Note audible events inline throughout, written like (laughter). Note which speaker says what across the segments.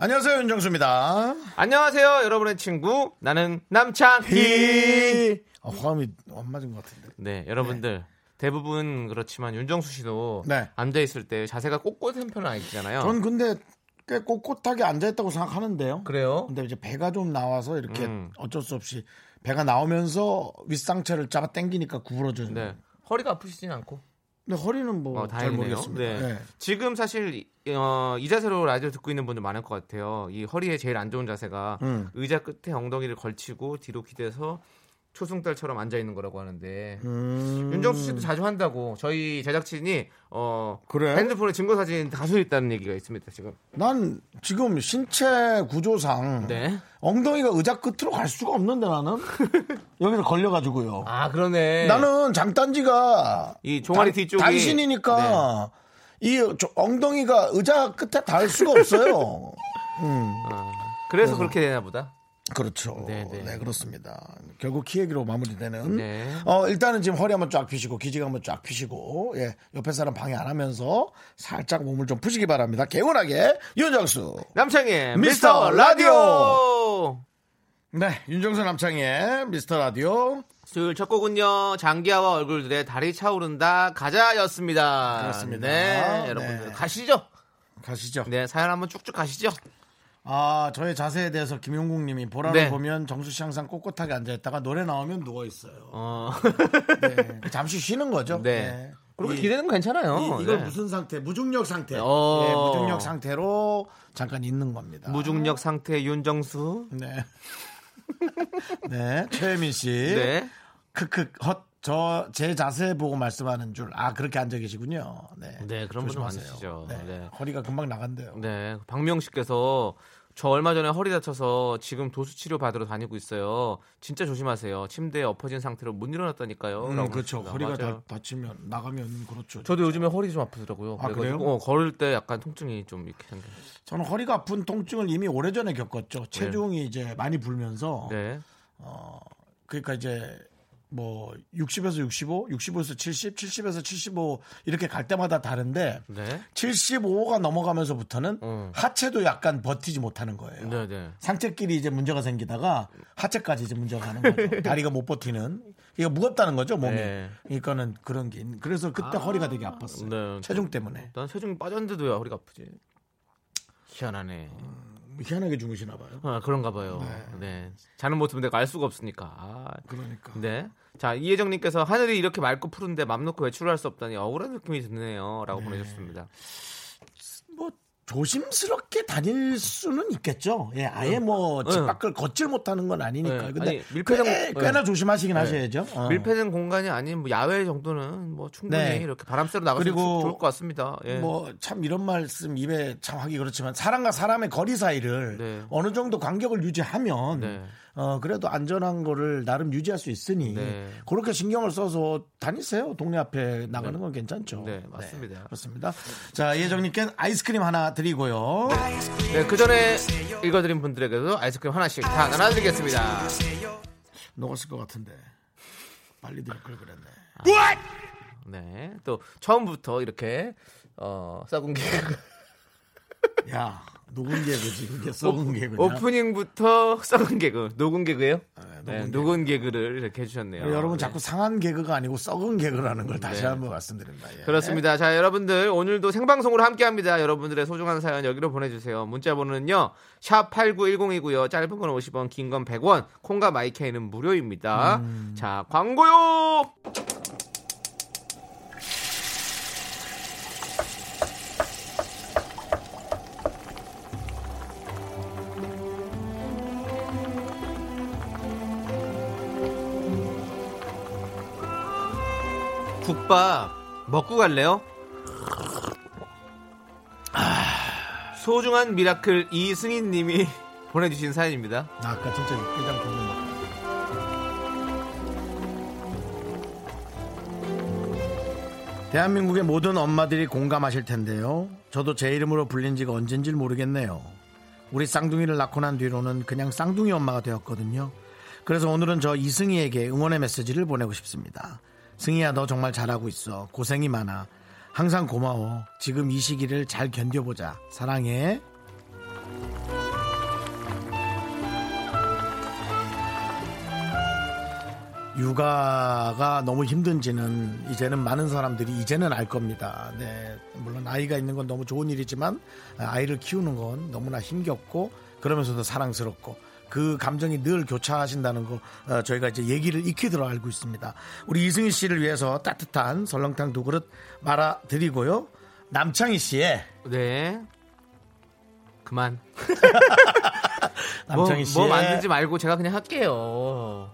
Speaker 1: 안녕하세요 윤정수입니다. 아,
Speaker 2: 안녕하세요, 여러분의 친구 나는 남창희.
Speaker 1: 히. 아, 화음이 안 맞은 것 같은데.
Speaker 2: 네, 여러분들 대부분 그렇지만 윤정수 씨도
Speaker 1: 네.
Speaker 2: 앉아 있을 때 자세가 꼿꼿한 편은 아니잖아요.
Speaker 1: 전 근데 꽤 꼿꼿하게 앉아 있다고 생각하는데요.
Speaker 2: 어. 그래요?
Speaker 1: 근데 이제 배가 좀 나와서 이렇게
Speaker 2: 음.
Speaker 1: 어쩔 수 없이 배가 나오면서 윗상체를 잡아 당기니까 구부러져요.
Speaker 2: 네. 허리가 아프시진 않고.
Speaker 1: 근데 허리는
Speaker 2: 어,
Speaker 1: 뭐 잘
Speaker 2: 다행이네요.
Speaker 1: 모르겠습니다.
Speaker 2: 네.
Speaker 1: 네.
Speaker 2: 지금 사실 이- 어, 이 자세로 라디오 듣고 있는 분들 많을 것 같아요. 이 허리에 제일 안 좋은 자세가
Speaker 1: 음.
Speaker 2: 의자 끝에 엉덩이를 걸치고 뒤로 기대서 초승달처럼 앉아 있는 거라고 하는데
Speaker 1: 음.
Speaker 2: 윤정수 씨도 자주 한다고 저희 제작진이 어
Speaker 1: 그래?
Speaker 2: 핸드폰에 증거 사진 다수 있다는 얘기가 있습니다 지금.
Speaker 1: 난 지금 신체 구조상
Speaker 2: 네.
Speaker 1: 엉덩이가 의자 끝으로 갈 수가 없는데 나는
Speaker 2: (laughs)
Speaker 1: 여기서 걸려가지고요.
Speaker 2: 아 그러네.
Speaker 1: 나는 장단지가
Speaker 2: 이 종아리
Speaker 1: 단-
Speaker 2: 뒤쪽이- 네.
Speaker 1: 단신이니까 이 저- 엉덩이가 의자 끝에 닿을 수가
Speaker 2: (laughs)
Speaker 1: 없어요.
Speaker 2: 그래서 그렇게 되나 보다.
Speaker 1: 그렇죠. 네,
Speaker 2: 네, 네.
Speaker 1: 그렇습니다. 결국 키 얘기로 마무리되는.
Speaker 2: 네.
Speaker 1: 어, 일단은 지금 허리 한번 쫙 펴시고 기지가 한번 쫙 펴시고 예, 옆에 사람 방해 안 하면서 살짝 몸을 좀 푸시기 바랍니다. 개운하게 윤정수. 미스터
Speaker 2: 남창의 미스터 라디오.
Speaker 1: 네, 윤정수 남창의 미스터 라디오.
Speaker 2: 수요일 첫 곡은요 장기하와 얼굴들의 달이 차오른다 가자였습니다.
Speaker 1: 그렇습니다.
Speaker 2: 네,
Speaker 1: 네.
Speaker 2: 여러분들 가시죠.
Speaker 1: 가시죠.
Speaker 2: 네 사연 한번 쭉쭉 가시죠.
Speaker 1: 아, 저의 자세에 대해서 김용국 님이 보라를
Speaker 2: 네.
Speaker 1: 보면 정수 씨 항상 꼿꼿하게 앉아 있다가 노래 나오면 누워 있어요.
Speaker 2: 어,
Speaker 1: 네. 잠시 쉬는 거죠.
Speaker 2: 네.
Speaker 1: 네.
Speaker 2: 그렇게
Speaker 1: 이-
Speaker 2: 기대는 거 괜찮아요.
Speaker 1: 이, 이걸
Speaker 2: 네.
Speaker 1: 무슨 상태? 무중력 상태.
Speaker 2: 어.
Speaker 1: 예, 무중력 상태로 잠깐 있는 겁니다.
Speaker 2: 무중력 상태 윤정수.
Speaker 1: 네. (laughs) 네. 최혜민 씨.
Speaker 2: 네.
Speaker 1: 크크 헛. 저 제 자세 보고 말씀하는 줄. 아, 그렇게 앉아 계시군요. 네.
Speaker 2: 네, 그런 분들
Speaker 1: 조심하세요.
Speaker 2: 많으시죠.
Speaker 1: 네.
Speaker 2: 네.
Speaker 1: 허리가 금방 나간대요.
Speaker 2: 네, 박명식께서 저 얼마 전에 허리 다쳐서 지금 도수 치료 받으러 다니고 있어요. 진짜 조심하세요. 침대에 엎어진 상태로 못 일어났다니까요.
Speaker 1: 음,
Speaker 2: 라고
Speaker 1: 그렇죠.
Speaker 2: 하셨습니다.
Speaker 1: 허리가
Speaker 2: 맞아요.
Speaker 1: 다, 다치면 나가면 그렇죠.
Speaker 2: 저도 요즘에 허리 좀 아프더라고요.
Speaker 1: 아,
Speaker 2: 그래가지고
Speaker 1: 그래요?
Speaker 2: 어, 걸을 때 약간 통증이 좀 이렇게 생겨요.
Speaker 1: 저는 허리가 아픈 통증을 이미 오래전에 겪었죠. 체중이 이제 많이 불면서
Speaker 2: 네.
Speaker 1: 그러니까 이제 뭐 60에서 65, 65에서 70, 70에서 75 이렇게 갈 때마다 다른데
Speaker 2: 네.
Speaker 1: 75가 넘어가면서부터는
Speaker 2: 음.
Speaker 1: 하체도 약간 버티지 못하는 거예요.
Speaker 2: 네, 네.
Speaker 1: 상체끼리 이제 문제가 생기다가 하체까지 이제 문제가 가는
Speaker 2: (laughs)
Speaker 1: 거죠. 다리가 못 버티는. 이게 무겁다는 거죠, 몸이.
Speaker 2: 네.
Speaker 1: 그러니까는 그런 게. 있는. 그래서 그때 허리가 되게 아팠어요.
Speaker 2: 네.
Speaker 1: 체중 때문에.
Speaker 2: 난 체중이 빠졌는데도 야 허리가 아프지. 희한하네.
Speaker 1: 희한하게 주무시나 봐요.
Speaker 2: 아, 그런가 봐요. 음. 네. 자는 모습은 내가 알 수가 없으니까. 아.
Speaker 1: 그러니까.
Speaker 2: 네. 자, 이혜정님께서 하늘이 이렇게 맑고 푸른데 맘 놓고 외출할 수 없다니 억울한 느낌이 드네요. 라고 보내주셨습니다.
Speaker 1: 뭐 조심스럽게 다닐 수는 있겠죠. 예, 아예 뭐 집
Speaker 2: 응.
Speaker 1: 밖을 걷질 못하는 건 아니니까.
Speaker 2: 네,
Speaker 1: 근데
Speaker 2: 아니, 밀폐된
Speaker 1: 꽤,
Speaker 2: 거-
Speaker 1: 꽤나
Speaker 2: 네.
Speaker 1: 조심하시긴 하셔야죠. 어.
Speaker 2: 밀폐된 공간이 아닌 뭐 야외 정도는 뭐 충분히
Speaker 1: 네.
Speaker 2: 이렇게 바람 쐬러 나가서
Speaker 1: 그리고
Speaker 2: 좋을 것 같습니다. 예.
Speaker 1: 뭐 참 이런 말씀 입에 참 하기 그렇지만 사람과 사람의 거리 사이를
Speaker 2: 네.
Speaker 1: 어느 정도 간격을 유지하면
Speaker 2: 네.
Speaker 1: 어 그래도 안전한 거를 나름 유지할 수 있으니
Speaker 2: 네.
Speaker 1: 그렇게 신경을 써서 다니세요 동네 앞에 나가는 건 괜찮죠.
Speaker 2: 네, 맞습니다.
Speaker 1: 그렇습니다. 자 예정님께는 아이스크림 하나 드리고요.
Speaker 2: 네, 그 전에 읽어드린 분들에게도 아이스크림 하나씩 다 나눠드리겠습니다.
Speaker 1: 녹았을 것 같은데 빨리 드릴 걸 그랬네.
Speaker 2: 네, 또 처음부터 이렇게 어, 썩은 게
Speaker 1: 야 녹은 개그지 그게 썩은 어, 개그냐?
Speaker 2: 오프닝부터 썩은 개그, 녹은 개그예요?
Speaker 1: 아, 녹은
Speaker 2: 네, 녹은 개그를 이렇게 해주셨네요.
Speaker 1: 여러분
Speaker 2: 네.
Speaker 1: 자꾸 상한 개그가 아니고 썩은 개그라는 걸 다시
Speaker 2: 네.
Speaker 1: 한번 말씀드립니다. 예.
Speaker 2: 그렇습니다. 자, 여러분들 오늘도 생방송으로 함께합니다. 여러분들의 소중한 사연 여기로 보내주세요. 문자 번호는요. 샵 8910이고요. 짧은 건 50원, 긴 건 100원. 콩과 마이케이는 무료입니다.
Speaker 1: 음.
Speaker 2: 자, 광고요. 국밥 먹고 갈래요? 아, 소중한 미라클 이승인 님이 (laughs) 보내주신 사연입니다.
Speaker 1: 나 아까 진짜 육개장 보는 거. 대한민국의 모든 엄마들이 공감하실 텐데요. 저도 제 이름으로 불린 지가 언젠지 모르겠네요. 우리 쌍둥이를 낳고 난 뒤로는 그냥 쌍둥이 엄마가 되었거든요. 그래서 오늘은 저 이승희에게 응원의 메시지를 보내고 싶습니다. 승희야, 너 정말 잘하고 있어. 고생이 많아. 항상 고마워. 지금 이 시기를 잘 견뎌보자. 사랑해. 육아가 너무 힘든지는 이제는 많은 사람들이 이제는 알 겁니다. 네. 물론 아이가 있는 건 너무 좋은 일이지만 아이를 키우는 건 너무나 힘겹고 그러면서도 사랑스럽고 그 감정이 늘 교차하신다는 거 어, 저희가 이제 얘기를 익히 들어 알고 있습니다. 우리 이승희 씨를 위해서 따뜻한 설렁탕 두 그릇 말아 드리고요. 남창희 씨의
Speaker 2: 네. 그만. 뭐,
Speaker 1: 남창희 씨의
Speaker 2: 뭐 만들지 말고 제가 그냥 할게요.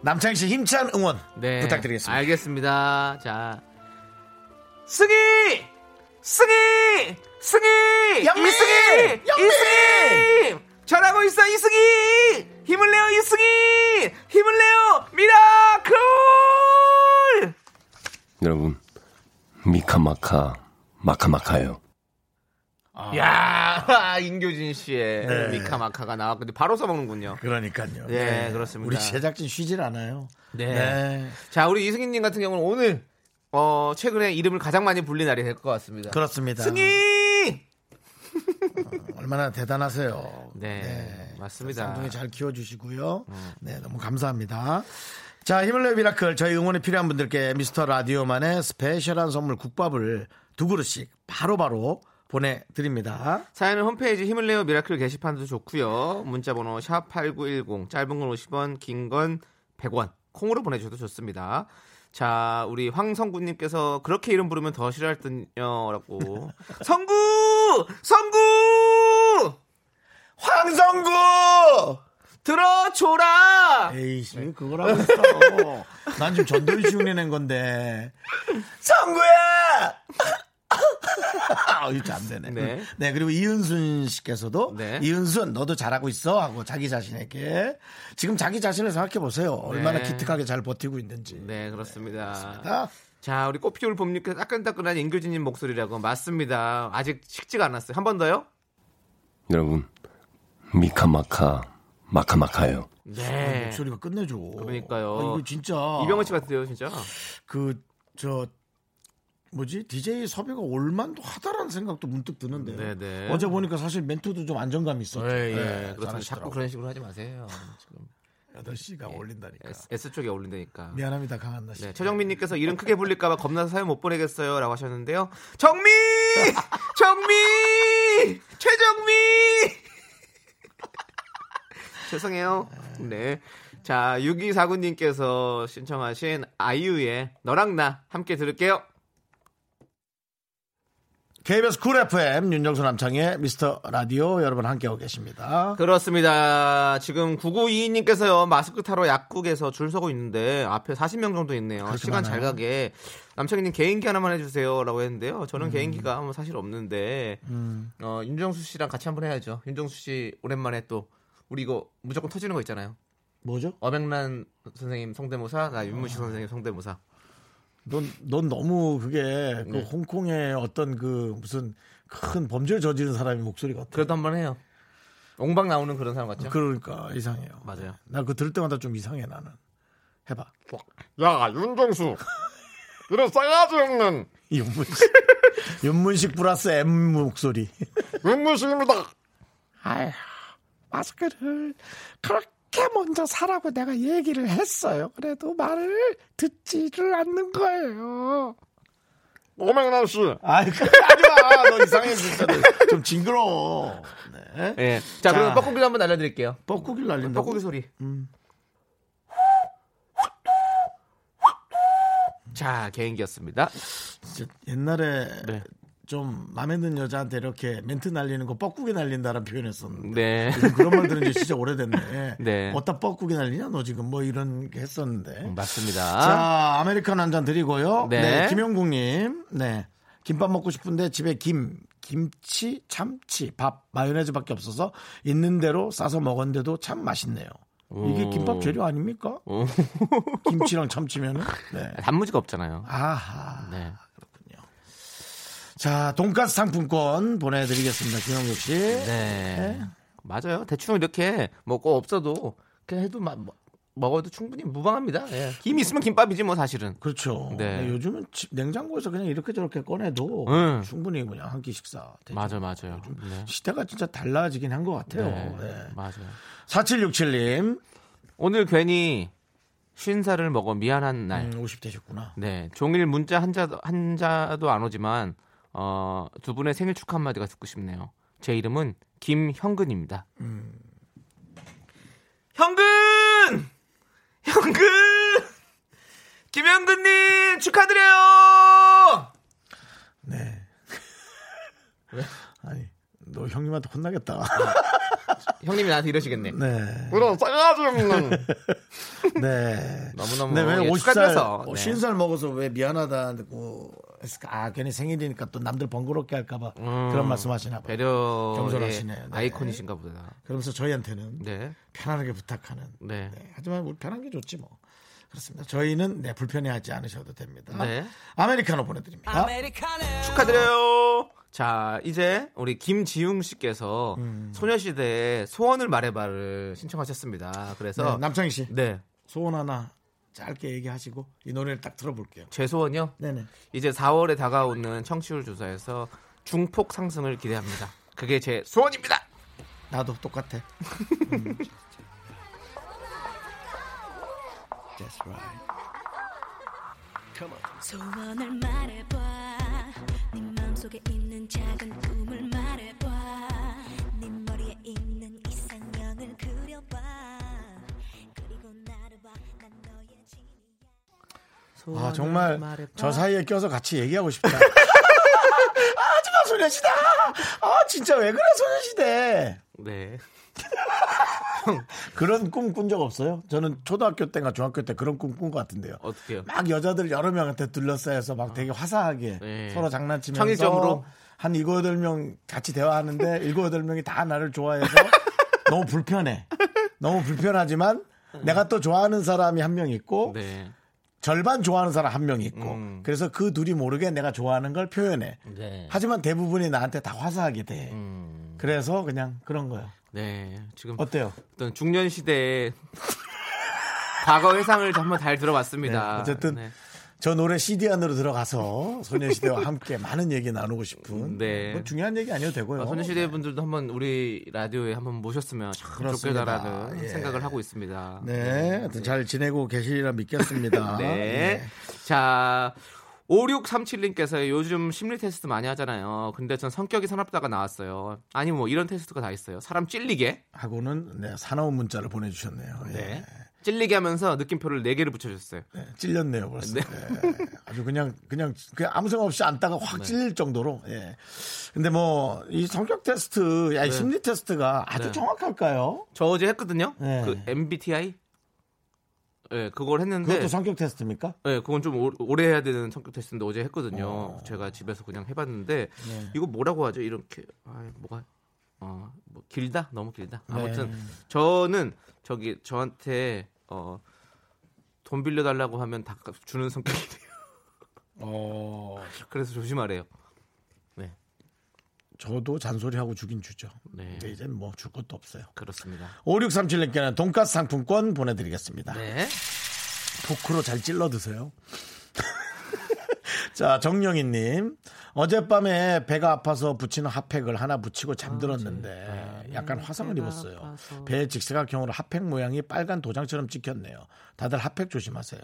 Speaker 1: 남창희 씨 힘찬 응원
Speaker 2: 네.
Speaker 1: 부탁드리겠습니다.
Speaker 2: 알겠습니다. 자. 승희! 승희! 승희!
Speaker 1: 영미!
Speaker 2: 이승희!
Speaker 1: 영미!
Speaker 2: 이승희! 잘하고 있어, 이승희! 힘을 내요, 이승희! 힘을 내요, 미라클!
Speaker 3: 여러분 미카마카 마카마카요.
Speaker 2: 야 (laughs) 인교진 씨의
Speaker 1: 네.
Speaker 2: 미카마카가 나왔는데 바로 써먹는군요.
Speaker 1: 그러니까요.
Speaker 2: 네, 그렇습니다.
Speaker 1: 우리 제작진 쉬질 않아요.
Speaker 2: 네. 자, 우리 이승희님 같은 경우는 오늘, 어, 최근에 이름을 가장 많이 불린 날이 될 것 같습니다.
Speaker 1: 그렇습니다.
Speaker 2: 승희!
Speaker 1: 얼마나 대단하세요.
Speaker 2: 네, 맞습니다. 음.
Speaker 1: 쌍둥이 잘 키워주시고요. 네, 너무 감사합니다. 자, 힘을 내요 미라클. 저희 응원이 필요한 분들께 미스터 라디오만의 스페셜한 선물 국밥을 두 그릇씩 바로바로 보내드립니다.
Speaker 2: 사연은 홈페이지 힘을 내요 미라클 게시판도 좋고요. 문자번호 샵 8910 짧은 건 50원 긴 건 100원 콩으로 보내주셔도 좋습니다. 자 우리 황성구님께서 그렇게 이름 부르면 더 싫어할 (laughs) 듯요라고 성구 성구
Speaker 1: 황성구!
Speaker 2: 들어줘라
Speaker 1: 에이씨,
Speaker 2: 네.
Speaker 1: 왜 그걸 하고 있어. 난 지금 전도연 씨 흉내낸 건데. 성구야! 아, 이거 안 되네.
Speaker 2: 네.
Speaker 1: 네. 그리고 이은순 씨께서도
Speaker 2: 네.
Speaker 1: 이은순, 너도 잘하고 있어. 하고 자기 자신에게 지금 자기 자신을 생각해 보세요. 얼마나 기특하게 잘 버티고 있는지.
Speaker 2: 네 그렇습니다.
Speaker 1: 아,
Speaker 2: 자 우리 꽃피울 봄님께서 따끈따끈한 인교진님 목소리라고 맞습니다. 아직 식지가 않았어요. 한 번 더요?
Speaker 3: 여러분 미카마카 마카마카요.
Speaker 2: 네.
Speaker 1: 아, 목소리가 끝내줘.
Speaker 2: 그러니까요.
Speaker 1: 아, 이거 진짜.
Speaker 2: 이병헌 씨 같아요 진짜.
Speaker 1: 그, 저, 뭐지? DJ 섭외가 올만도 하다라는 생각도 문득 드는데요.
Speaker 2: 네네.
Speaker 1: 어제 보니까 사실 멘트도 좀 안정감이 있었죠.
Speaker 2: 예,
Speaker 1: 네,
Speaker 2: 예. 그렇습니다. 자꾸
Speaker 1: 잘하시더라고요.
Speaker 2: 그런 식으로 하지 마세요. 지금
Speaker 1: 8시가 올린다니까.
Speaker 2: S, S 쪽에 올린다니까.
Speaker 1: 미안합니다, 강한나 씨.
Speaker 2: 네, 최정민님께서 이름 크게 불릴까봐 겁나서 사연 못 보내겠어요라고 하셨는데요. 정미, (laughs) 정미, 최정미. (laughs) 죄송해요. 네. 자, 6249님께서 신청하신 아이유의 너랑 나 함께 들을게요.
Speaker 1: KBS 쿨 FM 윤정수 남창의 미스터 라디오 여러분 함께하고 계십니다.
Speaker 2: 그 그렇습니다. 지금 9922님께서요, 마스크 타러 약국에서 줄 서고 있는데, 앞에 40명 정도 있네요.
Speaker 1: 그렇게
Speaker 2: 시간 잘
Speaker 1: 많아요?
Speaker 2: 가게. 남창희님 개인기 하나만 해주세요. 라고 했는데요.
Speaker 1: 음.
Speaker 2: 저는 개인기가 뭐 사실 없는데, 어, 윤정수 씨랑 같이 한번 해야죠. 윤정수 씨 오랜만에 또, 우리 이거 무조건 터지는 거 있잖아요.
Speaker 1: 뭐죠?
Speaker 2: 어백란 선생님 성대모사, 나
Speaker 1: 아.
Speaker 2: 윤문식 선생님 성대모사.
Speaker 1: 넌, 넌 너무 그게
Speaker 2: 네.
Speaker 1: 그 홍콩의 어떤 그 무슨 큰 범죄를 저지른 사람의 목소리 같아.
Speaker 2: 그래도 한번 해요. 옹박 나오는 그런 사람 같죠?
Speaker 1: 그러니까 이상해요.
Speaker 2: 맞아요.
Speaker 1: 나 그거 들을 때마다 좀 이상해 나는. 해봐. (laughs)
Speaker 4: 야 윤정수 이런 싸가지 없는
Speaker 1: 윤문식. 윤문식 플러스 M 목소리.
Speaker 4: 윤무식입니다
Speaker 1: (laughs) 아휴, 마스크를 그렇게 먼저 사라고 내가 얘기를 했어요. 그래도 말을 듣지를 않는 거예요.
Speaker 4: 오맹란 씨
Speaker 1: 아이, 하지마. 너 이상해, 진짜. 좀 징그러워. 네.
Speaker 2: 예. 자, 그럼
Speaker 1: 자.
Speaker 2: 뻐꾸기를 한번 날려드릴게요.
Speaker 1: 뻐꾸기를 날린다.
Speaker 2: 뻐꾸기 소리. 자, 개인기였습니다.
Speaker 1: 옛날에
Speaker 2: 네.
Speaker 1: 좀 마음에 드는 여자한테 이렇게 멘트 날리는 거 뻐꾸기 날린다라는 표현을 썼는데.
Speaker 2: 네.
Speaker 1: 요즘 그런 말 들은 지 진짜 오래됐네.
Speaker 2: (laughs) 네.
Speaker 1: 어디다 뻐꾸기 날리냐, 너 지금 뭐 이런 게 했었는데.
Speaker 2: 음, 맞습니다.
Speaker 1: 자, 아메리카노 한 잔 드리고요.
Speaker 2: 네.
Speaker 1: 네. 김영국님. 네. 김밥 먹고 싶은데 집에 김, 김치, 참치, 밥, 마요네즈밖에 없어서 있는 대로 싸서 먹었는데도 참 맛있네요. 이게
Speaker 2: 오.
Speaker 1: 김밥 재료 아닙니까?
Speaker 2: 오. (laughs)
Speaker 1: 김치랑 참치면은. 네.
Speaker 2: 단무지가 없잖아요.
Speaker 1: 아하.
Speaker 2: 네.
Speaker 1: 자, 돈가스 상품권 보내드리겠습니다. 김영국 씨.
Speaker 2: 네. 맞아요. 대충 이렇게 먹고 없어도 그냥 해도 마- 먹- 먹어도 충분히 무방합니다. 예. 김 있으면 김밥이지 뭐 사실은.
Speaker 1: 그렇죠.
Speaker 2: 네.
Speaker 1: 네, 요즘은 집- 냉장고에서 그냥 이렇게 저렇게 꺼내도
Speaker 2: 네.
Speaker 1: 충분히 그냥 한 끼 식사. 되죠.
Speaker 2: 맞아 맞아요. 네.
Speaker 1: 시대가 진짜 달라지긴 한 것 같아요.
Speaker 2: 네.
Speaker 1: 네.
Speaker 2: 맞아요.
Speaker 1: 4767님,
Speaker 2: 오늘 괜히 쉰 살을 먹어 미안한 날.
Speaker 1: 음, 50대셨구나.
Speaker 2: 네. 종일 문자 한자도 한자도 안 오지만 어, 두 분의 생일 축하 한마디가 듣고 싶네요. 제 이름은 김형근입니다. 형근! 형근! 김형근님 축하드려요!
Speaker 1: 네. (laughs) 아니, 너 형님한테 혼나겠다. (laughs)
Speaker 2: 형님이 나한테 이러시겠네.
Speaker 1: 네.
Speaker 4: 그런 싸가지 없는
Speaker 1: 네.
Speaker 2: 너무너무
Speaker 1: 네, 왜
Speaker 2: 예,
Speaker 1: 50살,
Speaker 2: 축하드려서.
Speaker 1: 어,
Speaker 2: 네.
Speaker 1: 50살 먹어서 왜 미안하다고 했을까? 아, 괜히 생일이니까 또 남들 번거롭게 할까봐
Speaker 2: 음.
Speaker 1: 그런 말씀 하시나 봐요.
Speaker 2: 배려의
Speaker 1: 겸손하시네요. 네.
Speaker 2: 아이콘이신가 보다.
Speaker 1: 그러면서 저희한테는
Speaker 2: 네.
Speaker 1: 편안하게 부탁하는.
Speaker 2: 네.
Speaker 1: 네, 하지만 우리 편한 게 좋지 뭐. 그렇습니다. 저희는 네, 불편해하지 않으셔도 됩니다.
Speaker 2: 네.
Speaker 1: 아메리카노 보내드립니다.
Speaker 2: 축하드려요. 자, 이제 우리 김지웅 씨께서
Speaker 1: 음.
Speaker 2: 소녀시대의 소원을 말해봐를 신청하셨습니다. 그래서
Speaker 1: 네, 남창희 씨
Speaker 2: 네,
Speaker 1: 소원 하나 짧게 얘기하시고 이 노래를 딱 들어볼게요.
Speaker 2: 제 소원이요.
Speaker 1: 네네.
Speaker 2: 이제 4월에 다가오는 청취율 조사에서 중폭 상승을 기대합니다. 그게 제 소원입니다.
Speaker 1: 나도 똑같아. 음. That's right.
Speaker 5: 소원을 말해봐 네 마음속에 있는 작은 꿈을 말해봐 네 머리에 있는 이상형을 그려봐 그리고 나를 봐난 너의 진이야
Speaker 1: 아 정말 저 사이에 껴서 같이 얘기하고 싶다. (laughs) 하지마 소녀시대. 아 진짜 왜 그래 소녀시대.
Speaker 2: 네.
Speaker 1: 그런 꿈 꾼 적 없어요? 저는 초등학교 때나 중학교 때 그런 꿈 꾼 것 같은데요.
Speaker 2: 어떻게요?
Speaker 1: 막 여자들 여러 명한테 둘러싸여서 막 되게 화사하게
Speaker 2: 네.
Speaker 1: 서로 장난치면서
Speaker 2: 창의적으로.
Speaker 1: 한 일곱 여덟 명 같이
Speaker 2: (laughs)
Speaker 1: 대화하는데 일곱 여덟 명이 다 나를 좋아해서 너무 불편해. 너무 불편하지만 내가 또 좋아하는 사람이 한 명 있고
Speaker 2: 네.
Speaker 1: 절반 좋아하는 사람 한 명 있고
Speaker 2: 음.
Speaker 1: 그래서 그 둘이 모르게 내가 좋아하는 걸 표현해.
Speaker 2: 네.
Speaker 1: 하지만 대부분이 나한테 다 화사하게 돼.
Speaker 2: 음,
Speaker 1: 그래서 그냥 그런 거예요.
Speaker 2: 네. 지금
Speaker 1: 어때요?
Speaker 2: 어떤 중년 시대의 과거 회상을 한번 잘 들어봤습니다.
Speaker 1: 네, 어쨌든
Speaker 2: 네.
Speaker 1: 저 노래 CD 안으로 들어가서 소녀시대와 함께 많은 얘기 나누고 싶은
Speaker 2: 네.
Speaker 1: 뭐 중요한 얘기 아니어도 되고요.
Speaker 2: 어, 소녀시대 분들도 한번 우리 라디오에 한번 모셨으면 참
Speaker 1: 그렇습니다.
Speaker 2: 좋겠다라는
Speaker 1: 예.
Speaker 2: 생각을 하고 있습니다.
Speaker 1: 네, 하여튼 잘 지내고 계시리라 믿겠습니다.
Speaker 2: (laughs)
Speaker 1: 예.
Speaker 2: 네. 자, 5637님께서 요즘 심리 테스트 많이 하잖아요. 근데 전 성격이 사납다가 나왔어요. 아니 뭐 이런 테스트가 다 있어요. 사람 찔리게.
Speaker 1: 하고는 네, 사나운 문자를 보내주셨네요. 예.
Speaker 2: 네. 찔리게 하면서 느낌표를 4개를 붙여줬어요.
Speaker 1: 네, 찔렸네요 벌써. 예. 아주 그냥 그냥 그냥 아무 생각 없이 앉다가
Speaker 2: 네.
Speaker 1: 확 찔릴 정도로. 예. 근데 뭐 이 성격 테스트, 야, 이 심리 테스트가 아주
Speaker 2: 네.
Speaker 1: 정확할까요?
Speaker 2: 저 어제 했거든요.
Speaker 1: 네.
Speaker 2: 그 MBTI? 예, 그걸 했는데.
Speaker 1: 그것도 성격 테스트입니까?
Speaker 2: 네, 그건 좀 오- 오래 해야 되는 성격 테스트인데 어제 했거든요. 제가 집에서 그냥 해봤는데 네. 이거 뭐라고 하죠? 이렇게 아, 뭐가 어, 뭐 길다? 너무 길다.
Speaker 1: 네.
Speaker 2: 아무튼 저는 저기 저한테 어, 돈 빌려달라고 하면 다 갚- 주는 성격이에요. (laughs)
Speaker 1: 어,
Speaker 2: 그래서 조심하래요.
Speaker 1: 저도 잔소리하고 주긴 주죠.
Speaker 2: 네,
Speaker 1: 근데 이제 뭐 줄 것도 없어요.
Speaker 2: 그렇습니다.
Speaker 1: 5637님께는 돈가스 상품권 보내드리겠습니다.
Speaker 2: 네,
Speaker 1: 포크로 잘 찔러 드세요. (laughs) 자, 정영희님. 어젯밤에 배가 아파서 붙이는 핫팩을 하나 붙이고
Speaker 2: 아, 네.
Speaker 1: 잠들었는데 약간 화상을 입었어요. 배의 직사각형으로 핫팩 모양이 빨간 도장처럼 찍혔네요. 다들 핫팩 조심하세요.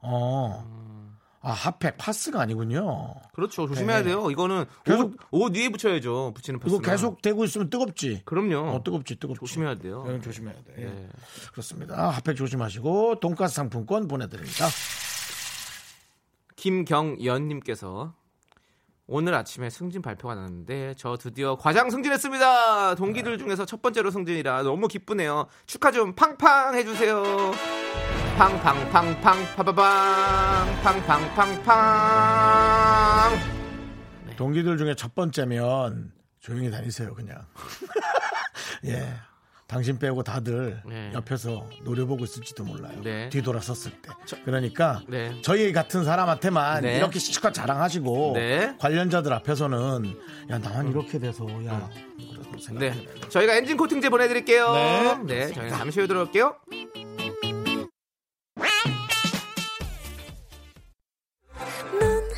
Speaker 1: 어.
Speaker 2: 음.
Speaker 1: 아, 핫팩 파스가 아니군요.
Speaker 2: 그렇죠. 조심해야
Speaker 1: 네.
Speaker 2: 돼요. 이거는
Speaker 1: 계속-
Speaker 2: 옷, 옷 위에 붙여야죠. 붙이는
Speaker 1: 이거
Speaker 2: 파스는.
Speaker 1: 계속 되고 있으면 뜨겁지.
Speaker 2: 그럼요.
Speaker 1: 어, 뜨겁지, 뜨겁지.
Speaker 2: 조심해야 돼요.
Speaker 1: 이건 조심해야 돼. 예.
Speaker 2: 네.
Speaker 1: 그렇습니다. 핫팩 조심하시고 돈가스 상품권 보내드립니다.
Speaker 2: 김경연님께서 오늘 아침에 승진 발표가 났는데 저 드디어 과장 승진했습니다. 동기들 중에서 첫 번째로 승진이라 너무 기쁘네요. 축하 좀 팡팡 해주세요. 팡팡팡팡 파바방 팡팡팡팡. 네.
Speaker 1: 동기들 중에 첫 번째면 조용히 다니세요 그냥. (laughs) 예. 당신 빼고 다들
Speaker 2: 네.
Speaker 1: 옆에서 노려보고 있을지도 몰라요.
Speaker 2: 네.
Speaker 1: 뒤돌아섰을 때. 그러니까
Speaker 2: 네.
Speaker 1: 저희 같은 사람한테만
Speaker 2: 네.
Speaker 1: 이렇게 시축과 자랑하시고
Speaker 2: 네.
Speaker 1: 관련자들 앞에서는 야 나만 이렇게 돼서 야 그런 생각.
Speaker 2: 네. 저희가 엔진 코팅제 보내드릴게요. 네. 저희는 잠시 후에 들어올게요.
Speaker 5: 넌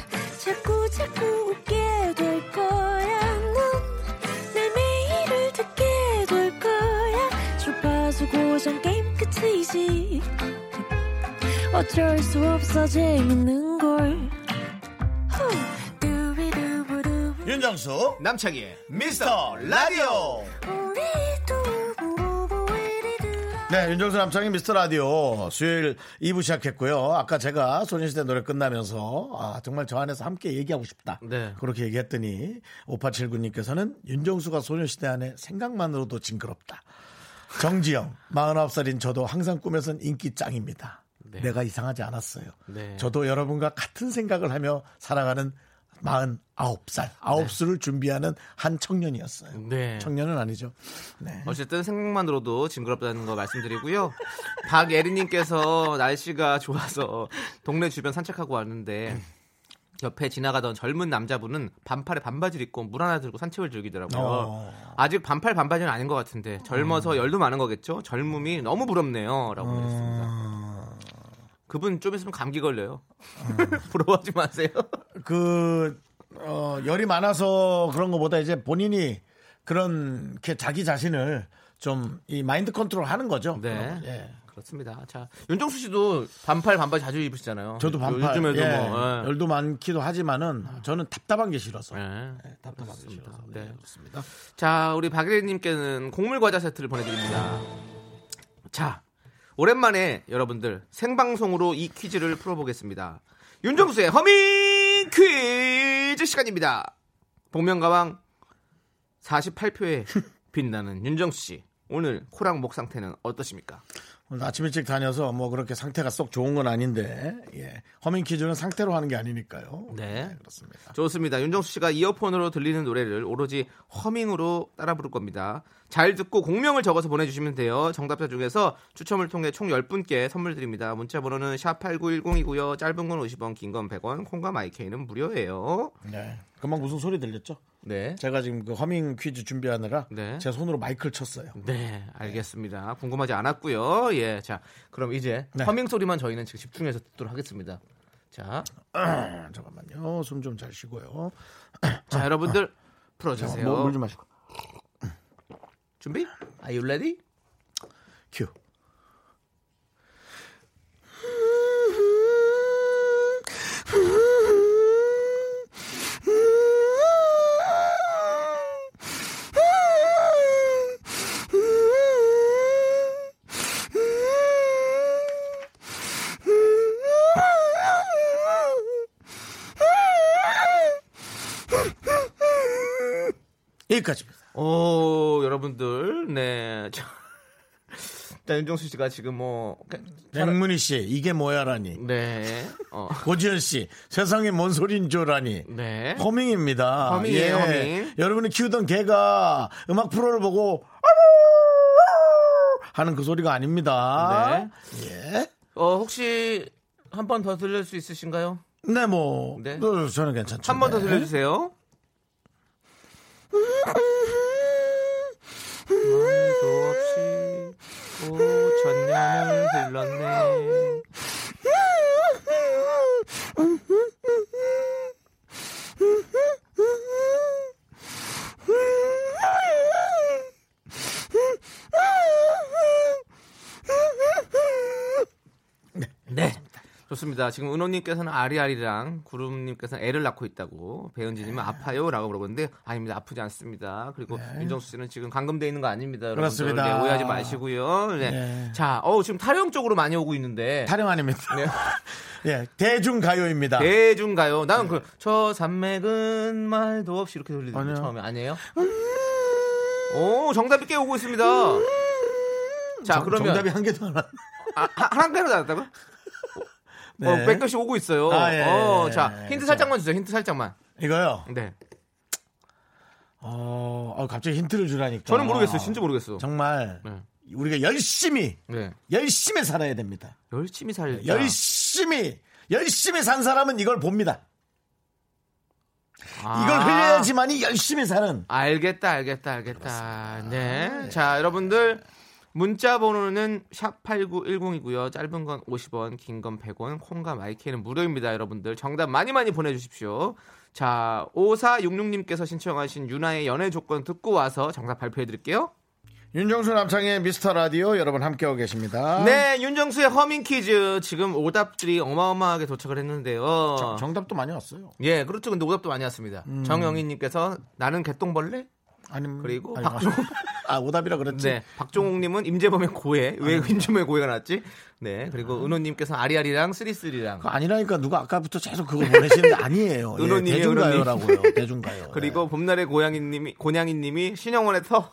Speaker 5: 자꾸 자꾸 웃게 될 거야. 넌내 매일을 듣게 될 거야. 주파수 고정 게임 끝이지. 어쩔 수 없어 재밌는 걸. 후. 두비두부두.
Speaker 1: 윤정수
Speaker 2: 남창희의
Speaker 1: 미스터 라디오.
Speaker 5: 우리 두부부부 우리들아.
Speaker 1: 네, 윤정수 남창의 미스터 라디오 수요일 2부 시작했고요. 아까 제가 소녀시대 노래 끝나면서 아, 정말 저 안에서 함께 얘기하고 싶다.
Speaker 2: 네.
Speaker 1: 그렇게 얘기했더니 5879님께서는 윤정수가 소녀시대 안에 생각만으로도 징그럽다. 정지영, 49살인 저도 항상 꿈에선 인기 짱입니다. 내가 이상하지 않았어요.
Speaker 2: 네.
Speaker 1: 저도 여러분과 같은 생각을 하며 살아가는 49살, 9수를 준비하는 한 청년이었어요.
Speaker 2: 네.
Speaker 1: 청년은 아니죠. 네.
Speaker 2: 어쨌든 생각만으로도 징그럽다는 거 말씀드리고요. 박예린님께서 날씨가 좋아서 동네 주변 산책하고 왔는데 옆에 지나가던 젊은 남자분은 반팔에 반바지를 입고 물 하나 들고 산책을 즐기더라고요.
Speaker 1: 어. 음.
Speaker 2: 아직 반팔 반바지는 아닌 것 같은데 젊어서 열도 많은 거겠죠? 젊음이 너무 부럽네요라고 했습니다. 그분 좀 있으면 감기 걸려요. (laughs) 부러워하지 마세요.
Speaker 1: 그, 어, 열이 많아서 그런 것보다 이제 본인이 그런, 게 자기 자신을 좀 이 마인드 컨트롤 하는 거죠.
Speaker 2: 네.
Speaker 1: 그럼, 예.
Speaker 2: 그렇습니다. 자, 윤정수 씨도 반팔 반바지 자주 입으시잖아요.
Speaker 1: 저도 반팔.
Speaker 2: 요즘에도
Speaker 1: 예,
Speaker 2: 뭐. 예.
Speaker 1: 열도 많기도 하지만은 저는 답답한 게 싫어서.
Speaker 2: 예.
Speaker 1: 답답한 게
Speaker 2: 그렇습니다.
Speaker 1: 싫어서.
Speaker 2: 네.
Speaker 1: 네. 그렇습니다.
Speaker 2: 자, 우리 박예린님께는 곡물 과자 세트를 보내드립니다. 자, 오랜만에 여러분들 생방송으로 이 퀴즈를 풀어보겠습니다. 윤정수의 허밍 퀴즈 시간입니다. 복면가왕 48표에 빛나는 (laughs) 윤정수 씨. 오늘 코랑 목 상태는 어떠십니까?
Speaker 1: 오늘 아침 일찍 다녀서 뭐 그렇게 상태가 썩 좋은 건 아닌데, 예. 허밍 퀴즈는 상태로 하는 게 아니니까요.
Speaker 2: 네.
Speaker 1: 그렇습니다.
Speaker 2: 좋습니다. 윤정수 씨가 이어폰으로 들리는 노래를 오로지 허밍으로 따라 부를 겁니다. 잘 듣고 공명을 적어서 보내주시면 돼요. 정답자 중에서 추첨을 통해 총 10분께 선물 드립니다. 문자 번호는 샵8910이고요. 짧은 건 50원, 긴 건 100원, 콩과 마이케이는 무료예요.
Speaker 1: 네. 금방 무슨 소리 들렸죠?
Speaker 2: 네.
Speaker 1: 제가 지금 그 허밍 퀴즈 준비하느라
Speaker 2: 네.
Speaker 1: 제 손으로 마이크를 쳤어요.
Speaker 2: 네, 알겠습니다. 궁금하지 않았고요. 예, 자, 그럼 이제
Speaker 1: 네.
Speaker 2: 허밍 소리만 저희는 지금 집중해서 듣도록 하겠습니다. 자,
Speaker 1: 아, 잠깐만요. 숨 좀 잘 쉬고요. 뭐,
Speaker 2: 자 여러분들 풀어주세요.
Speaker 1: 물좀 마시고.
Speaker 2: 준비? Are you ready?
Speaker 1: 큐. 여기까지입니다.
Speaker 2: 오, 여러분들, 네. (laughs) 자, 일단 윤정수 씨가 지금 뭐,
Speaker 1: 백문희 씨, 이게 뭐야라니.
Speaker 2: 네, 어,
Speaker 1: 고지현 씨, 세상에 뭔 소린 줄라니.
Speaker 2: 네.
Speaker 1: 허밍입니다. 예.
Speaker 2: 허밍이에요, 허밍.
Speaker 1: 여러분이 키우던 개가 음악 프로를 보고 하는 그 소리가 아닙니다. 네.
Speaker 2: 어, 혹시 한 번 더 들릴 수 있으신가요?
Speaker 1: 예. 네, 뭐 네,
Speaker 2: 네.
Speaker 1: 저는 괜찮죠.
Speaker 2: 한 번 더
Speaker 1: 네.
Speaker 2: 들려주세요. 음, 말도 없이 오천년을 들렀네. 네. 좋습니다. 지금 은호님께서는 아리아리랑 구름님께서는 애를 낳고 있다고
Speaker 1: 네.
Speaker 2: 배은지님은 아파요라고 물어보는데 아닙니다. 아프지 않습니다. 그리고 윤정수 씨는 지금 감금돼 있는 거 아닙니다. 여러분들.
Speaker 1: 그렇습니다.
Speaker 2: 네, 오해하지 마시고요. 네.
Speaker 1: 네.
Speaker 2: 자, 어 지금 타령 쪽으로 많이 오고 있는데
Speaker 1: 타령 아닙니다.
Speaker 2: 네.
Speaker 1: (laughs) 예, 대중가요입니다.
Speaker 2: 대중가요. 나는 그저 산맥은 말도 없이 이렇게
Speaker 1: 네. 아니요.
Speaker 2: 돌리는 처음에 아니에요? 오 정답이 꽤 오고 있습니다. 자
Speaker 1: 음. 정-
Speaker 2: 아, 그러면
Speaker 1: 정답이 한 개도 안 왔.
Speaker 2: 아, 하- 하나 빼로 나왔다고?
Speaker 1: 네.
Speaker 2: 어, 백도씨 오고 있어요.
Speaker 1: 아, 예,
Speaker 2: 어,
Speaker 1: 예,
Speaker 2: 자,
Speaker 1: 예,
Speaker 2: 힌트
Speaker 1: 자.
Speaker 2: 살짝만 주세요. 힌트 살짝만.
Speaker 1: 이거요.
Speaker 2: 네.
Speaker 1: 어, 어, 갑자기 힌트를 주라니까.
Speaker 2: 저는 모르겠어요. 진짜 모르겠어.
Speaker 1: 정말
Speaker 2: 네.
Speaker 1: 우리가 열심히
Speaker 2: 네.
Speaker 1: 열심히 살아야 됩니다.
Speaker 2: 열심히
Speaker 1: 네, 아.
Speaker 2: 살자.
Speaker 1: 열심히 열심히 산 사람은 이걸 봅니다.
Speaker 2: 아.
Speaker 1: 이걸 흘려야지만이 열심히 사는
Speaker 2: 알겠다, 알겠다, 알겠다. 네. 자, 여러분들. 문자 번호는 샵8910이고요. 짧은 건 50원, 긴 건 100원, 콩과 마이크는 무료입니다, 여러분들. 정답 많이 많이 보내 주십시오. 자, 5466님께서 신청하신 유나의 연애 조건 듣고 와서 정답 발표해 드릴게요.
Speaker 1: 윤정수 남창의 미스터 라디오 여러분 함께하고 계십니다.
Speaker 2: 네, 윤정수의 허밍 퀴즈. 지금 오답들이 어마어마하게 도착을 했는데요.
Speaker 1: 정- 음. 정답도 많이 왔어요.
Speaker 2: 예, 그렇죠. 근데 오답도 많이 왔습니다. 정영희님께서 나는 개똥벌레?
Speaker 1: 아니
Speaker 2: 그리고
Speaker 1: 아니,
Speaker 2: 박종-
Speaker 1: (laughs) 아 오답이라 그랬지.
Speaker 2: 네, 박종욱님은 임재범의 고해. 왜 임재범의 고해가 났지? 네, 그리고 은호님께서 아리아리랑 쓰리쓰리랑.
Speaker 1: 그거 아. 아니라니까 누가 아까부터 계속 그거 보내시는 게 아니에요. 예,
Speaker 2: 은호님이에요,
Speaker 1: 대중가요라고요. (laughs) 대중가요. 네.
Speaker 2: 그리고 봄날의 고양이님이 고냥이님이 신영원의 터.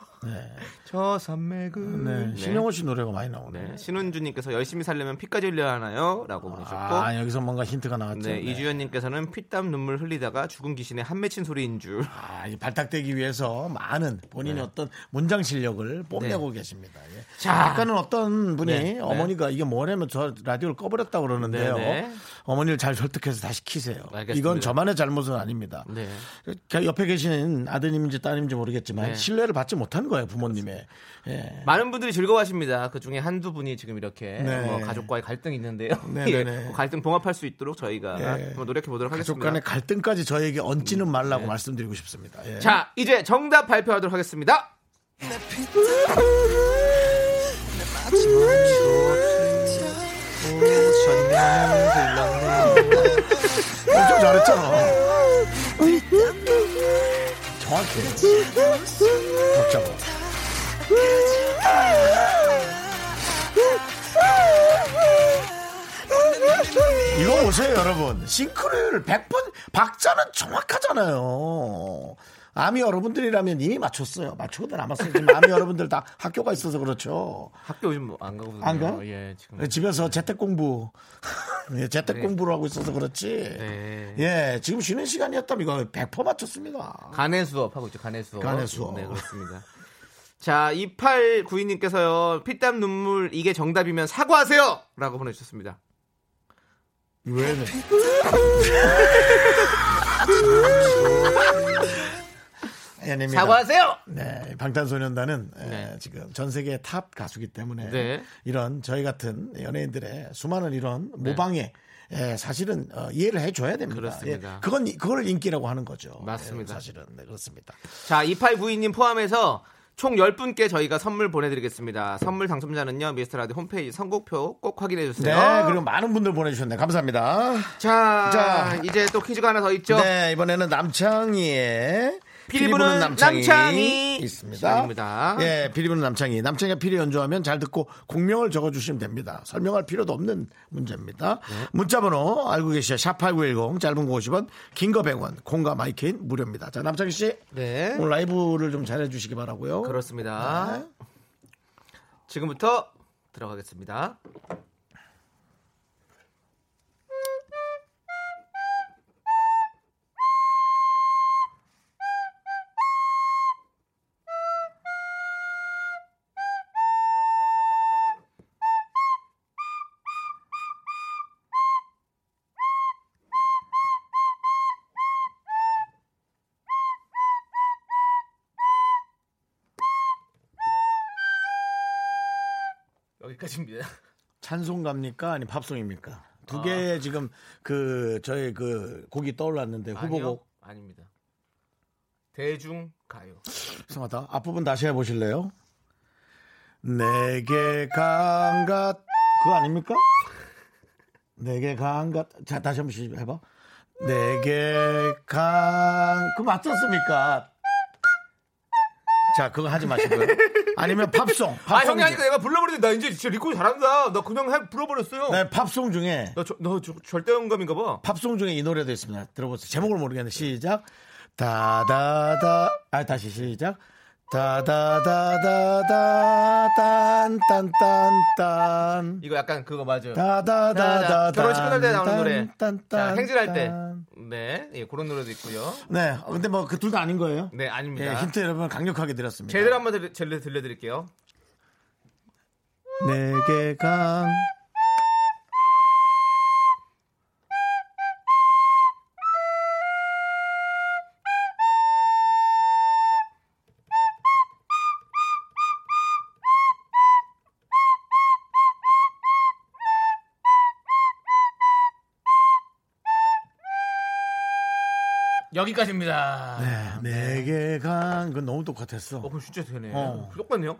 Speaker 2: 저 산맥은.
Speaker 1: 네. 네. 신영호 씨 노래가 많이 나오네.
Speaker 2: 네, 신은주님께서 열심히 살려면 피까지 흘려야 하나요?라고 보내셨고.
Speaker 1: 아 여기서 뭔가 힌트가 나왔죠.
Speaker 2: 네, 이주연님께서는 피땀 눈물 흘리다가 죽은 귀신의 한 맺힌 소리인 줄.
Speaker 1: 아, 이 발탁되기 위해서 많은 본인의 어떤 문장 실력을 뽐내고 계십니다. 예.
Speaker 2: 네. 자.
Speaker 1: 아까는 어떤 분이
Speaker 2: 네, 네.
Speaker 1: 어머니가 이게 뭐냐면 저 라디오를 꺼버렸다 고 그러는데요.
Speaker 2: 네, 네.
Speaker 1: 어머니를 잘 설득해서 다시 키세요.
Speaker 2: 알겠습니다.
Speaker 1: 이건 저만의 잘못은 아닙니다.
Speaker 2: 네.
Speaker 1: 그 옆에 계시는 아드님인지 따님인지 모르겠지만
Speaker 2: 네.
Speaker 1: 신뢰를 받지 못한 거예요 부모님의. 예.
Speaker 2: 많은 분들이 즐거워하십니다. 그 중에 한두 분이 지금 이렇게
Speaker 1: 네.
Speaker 2: 뭐 가족과의 갈등이 있는데요.
Speaker 1: (laughs) 네, 네,
Speaker 2: 예, (laughs)
Speaker 1: 네.
Speaker 2: 갈등 봉합할 수 있도록 저희가 한번 노력해 보도록
Speaker 1: 가족
Speaker 2: 하겠습니다. 음. 네.
Speaker 1: 간의 갈등까지 저에게 얹지는 말라고 말씀드리고 싶습니다. 예.
Speaker 2: 자, 이제 정답 발표하도록 하겠습니다.
Speaker 1: 엄청 잘했잖아. 정확해. 복잡아. 이거 보세요, 여러분. 싱크로율 100번, 박자는 정확하잖아요. 아미 여러분들이라면 이미 맞췄어요. 맞추고도 남았어요. 지금 아미 여러분들 다 학교가 있어서 그렇죠.
Speaker 2: 학교 요즘 뭐안 가거든요.
Speaker 1: 안 가? 네,
Speaker 2: 예, 지금.
Speaker 1: 집에서 재택 공부. 예, 재택 공부를 하고 있어서 그렇지.
Speaker 2: 네.
Speaker 1: 예, 지금 쉬는 시간이었다면 이거 100% 맞췄습니다.
Speaker 2: 간의 수업 하고 있죠. 간의 수업.
Speaker 1: 간의 수업.
Speaker 2: 네, 그렇습니다. 자, 2892님께서요. 피땀 눈물 이게 정답이면 사과하세요라고 보내 주셨습니다.
Speaker 1: 왜? 예, 아닙니다.
Speaker 2: 사과하세요.
Speaker 1: 네, 방탄소년단은 에,
Speaker 2: 네.
Speaker 1: 지금 전 세계 탑 가수기 때문에
Speaker 2: 네.
Speaker 1: 이런 저희 같은 연예인들의 수많은 이런 모방에 에, 사실은 어, 이해를 해줘야 됩니다.
Speaker 2: 네. 그렇습니다.
Speaker 1: 예, 그건 이- 그걸 인기라고 하는 거죠.
Speaker 2: 맞습니다.
Speaker 1: 예, 사실은 네, 그렇습니다.
Speaker 2: 자, 2892님 포함해서 총 10분께 저희가 선물 보내드리겠습니다. 선물 당첨자는요, 미스터라디 홈페이지 선곡표 꼭
Speaker 1: 네,
Speaker 2: 확인해주세요.
Speaker 1: 그리고 많은 분들 보내주셨네요. 감사합니다.
Speaker 2: 자,
Speaker 1: 자.
Speaker 2: 이제 또 퀴즈가 하나 더 있죠.
Speaker 1: 네, 이번에는 남창희의
Speaker 2: 피리 부는
Speaker 1: 피리부는
Speaker 2: 남창희
Speaker 1: 있습니다.
Speaker 2: 시간입니다.
Speaker 1: 예, 비리부는 남창희. 남창희가 피리 연주하면 잘 듣고 공명을 적어주시면 됩니다. 설명할 필요도 없는 문제입니다.
Speaker 2: 네.
Speaker 1: 문자번호 알고 계시죠? 샵8910 짧은 거 50원, 긴 거 100원, 콩과 마이케인 무료입니다. 자, 남창희 씨.
Speaker 2: 네.
Speaker 1: 오늘 라이브를 좀 잘해주시기 바라고요.
Speaker 2: 그렇습니다. 지금부터 들어가겠습니다. 여기까지입니다.
Speaker 1: 찬송갑니까? 아니 팝송입니까?
Speaker 2: 아.
Speaker 1: 두 개의 지금 그 저의 그 곡이 떠올랐는데
Speaker 2: 아니요,
Speaker 1: 후보곡
Speaker 2: 아닙니다. 대중 가요.
Speaker 1: 이상하다. 앞부분 다시 해보실래요? 내게 강같 그거 아닙니까? 내게 강같 자 다시 한번 시작 해봐. 내게 강그 맞췄습니까? 자 그거 하지 마시고요. 아니면 팝송.
Speaker 2: 아
Speaker 1: 팝송
Speaker 2: 형이 하니까
Speaker 1: 중-
Speaker 2: 내가 불러버리는데 나 이제 진짜 리코이 잘한다. 나 그냥 해- 불러버렸어요.
Speaker 1: 네 팝송 중에
Speaker 2: 나, 저, 나 저- 절대 영감인가 봐.
Speaker 1: 팝송 중에 이 노래도 있습니다. 들어보세요. 제목을 모르겠는데 시작. 다다다. 아 다시 시작. 다다다다다 딴딴딴딴.
Speaker 2: 이거 약간 그거 맞아요.
Speaker 1: 다다다다.
Speaker 2: 아, 결혼식 끝날 때 나오는 노래. 자, 행진할 때. 네, 예, 그런 노래도 있고요.
Speaker 1: 네, 어, 근데 뭐 그 둘 다 아닌 거예요?
Speaker 2: 네,
Speaker 1: 예,
Speaker 2: 아닙니다.
Speaker 1: 힌트 여러분 강력하게 드렸습니다.
Speaker 2: 제대로 한번 들, 제대로 들려드릴게요.
Speaker 1: 내게 간
Speaker 2: 여기까지입니다.
Speaker 1: 네, 내게 간 그건 너무 똑같았어.
Speaker 2: 어, 그럼 진짜 되네.
Speaker 1: 어.
Speaker 2: 똑같네요.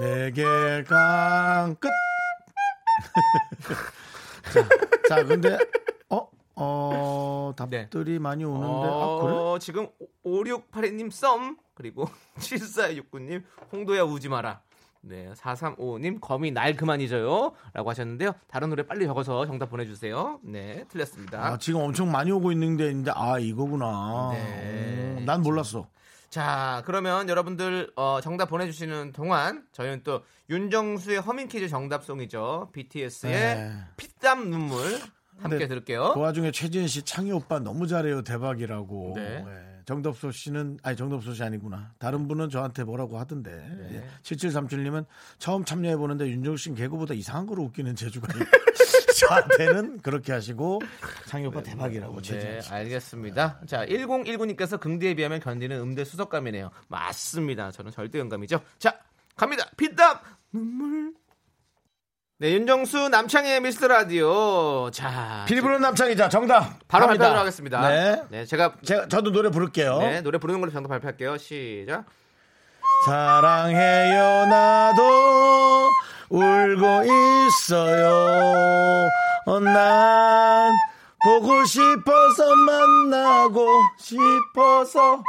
Speaker 1: 내게 간 끝. (laughs) 자, 자, 근데 어, 어 답들이 많이 오는데 아 그래?
Speaker 2: 네. 어, 지금 5682님 썸 그리고 (laughs) 7469님 홍도야 우지 마라. 네, 4355님 거미 날 그만 잊어요 라고 하셨는데요. 다른 노래 빨리 적어서 정답 보내주세요. 네, 틀렸습니다.
Speaker 1: 아, 지금 엄청 많이 오고 있는데 있는데 아 이거구나.
Speaker 2: 네.
Speaker 1: 음, 난 몰랐어.
Speaker 2: 자, 그러면 여러분들 어, 정답 보내주시는 동안 저희는 또 윤정수의 허밍 퀴즈 정답송이죠. BTS의
Speaker 1: 네.
Speaker 2: 피땀 눈물 함께
Speaker 1: 근데
Speaker 2: 들을게요.
Speaker 1: 그 와중에 최진 씨 창희 오빠 너무 잘해요 대박이라고.
Speaker 2: 네.
Speaker 1: 예. 정덕소 씨는 아니 정덕소 씨 아니구나. 다른 분은 저한테 뭐라고 하던데.
Speaker 2: 네.
Speaker 1: 예. 7737님은 처음 참여해 보는데 윤종 씨는 개그보다 이상한 거로 웃기는 재주가 있고
Speaker 2: (laughs)
Speaker 1: 저한테는 그렇게 하시고 창희 오빠 대박이라고
Speaker 2: 네,
Speaker 1: 최진 씨.
Speaker 2: 알겠습니다. 자, 1019님께서 긍디에 비하면 견디는 음대 수석감이네요. 맞습니다. 저는 절대 영감이죠. 자, 갑니다. 빗땀 눈물. 네, 윤정수 남창의 미스터 라디오. 자,
Speaker 1: 피리 부는 남창이자 정답
Speaker 2: 바로
Speaker 1: 갑니다.
Speaker 2: 발표하도록 하겠습니다.
Speaker 1: 네. 어?
Speaker 2: 제가
Speaker 1: 제가 저도 노래 부를게요.
Speaker 2: 네, 노래 부르는 걸로 정답 발표할게요. 시작.
Speaker 1: 사랑해요 나도 울고 있어요 어, 난 보고 싶어서 만나고 싶어서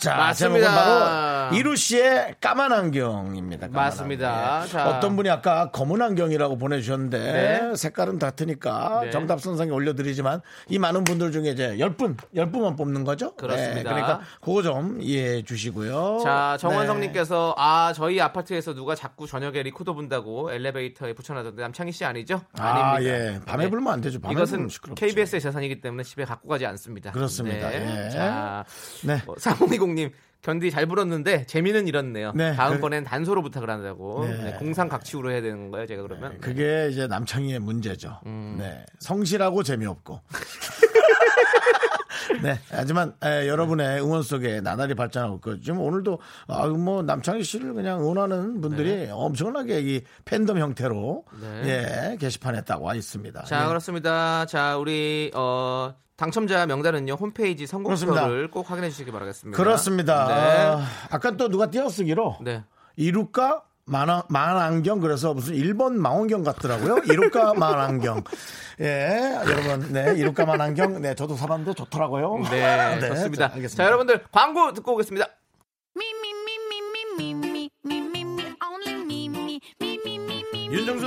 Speaker 1: 자,
Speaker 2: 맞습니다.
Speaker 1: 제목은 바로 이루 씨의 까만 안경입니다. 까만
Speaker 2: 맞습니다.
Speaker 1: 안경. 예.
Speaker 2: 자.
Speaker 1: 어떤 분이 아까 검은 안경이라고 보내주셨는데
Speaker 2: 네.
Speaker 1: 색깔은 다트니까
Speaker 2: 네.
Speaker 1: 정답 선상에 올려드리지만 이 많은 분들 중에 이제 10분, 10분만 뽑는 거죠?
Speaker 2: 그렇습니다.
Speaker 1: 그러니까 그거 좀 이해해 주시고요.
Speaker 2: 자,
Speaker 1: 네.
Speaker 2: 정원성님께서 아 저희 아파트에서 누가 자꾸 저녁에 리코더 분다고 엘리베이터에 붙여놔던데 남창희 씨 아니죠?
Speaker 1: 아,
Speaker 2: 아닙니다.
Speaker 1: 예. 밤에
Speaker 2: 네.
Speaker 1: 불면 안 되죠. 밤에
Speaker 2: 이것은
Speaker 1: 불면 시끄럽죠.
Speaker 2: KBS의 재산이기 때문에 집에 갖고 가지 않습니다.
Speaker 1: 그렇습니다.
Speaker 2: 네.
Speaker 1: 예.
Speaker 2: 자,
Speaker 1: 네.
Speaker 2: 어, 3020님 견디 잘 불었는데 재미는 이렇네요.
Speaker 1: 네.
Speaker 2: 다음번엔 단소로 부탁을 한다고
Speaker 1: 네.
Speaker 2: 네, 공상 각취우로 해야 되는 거예요, 제가 그러면.
Speaker 1: 그게 이제 남창희의 문제죠.
Speaker 2: 음.
Speaker 1: 네. 성실하고
Speaker 2: (laughs)
Speaker 1: 재미없고. 네. 하지만 에,
Speaker 2: 네.
Speaker 1: 여러분의 응원 속에 나날이 발전하고 있고 지금 오늘도 아, 뭐 남창희 씨를 그냥 응원하는 분들이
Speaker 2: 네.
Speaker 1: 엄청나게 이 팬덤 형태로 예, 게시판에 딱 와 있습니다.
Speaker 2: 네. 자,
Speaker 1: 예.
Speaker 2: 그렇습니다. 자, 우리 어, 당첨자 명단은요 홈페이지 선곡표를
Speaker 1: 그렇습니다.
Speaker 2: 꼭 확인해 주시기 바라겠습니다.
Speaker 1: 그렇습니다.
Speaker 2: 네.
Speaker 1: 아, 까또 누가 띄어쓰기로
Speaker 2: 네.
Speaker 1: 이루까 만화, 만안경 그래서 무슨 일본 망원경 같더라고요.
Speaker 2: (laughs)
Speaker 1: 이루까 만안경. 예, 여러분, 네, 이루까 만안경. 네, 저도 사봤는데 좋더라고요. (laughs)
Speaker 2: 네,
Speaker 1: 네,
Speaker 2: 좋습니다.
Speaker 1: 자, 알겠습니다.
Speaker 2: 자, 여러분들 광고 듣고 오겠습니다.
Speaker 1: 윤정수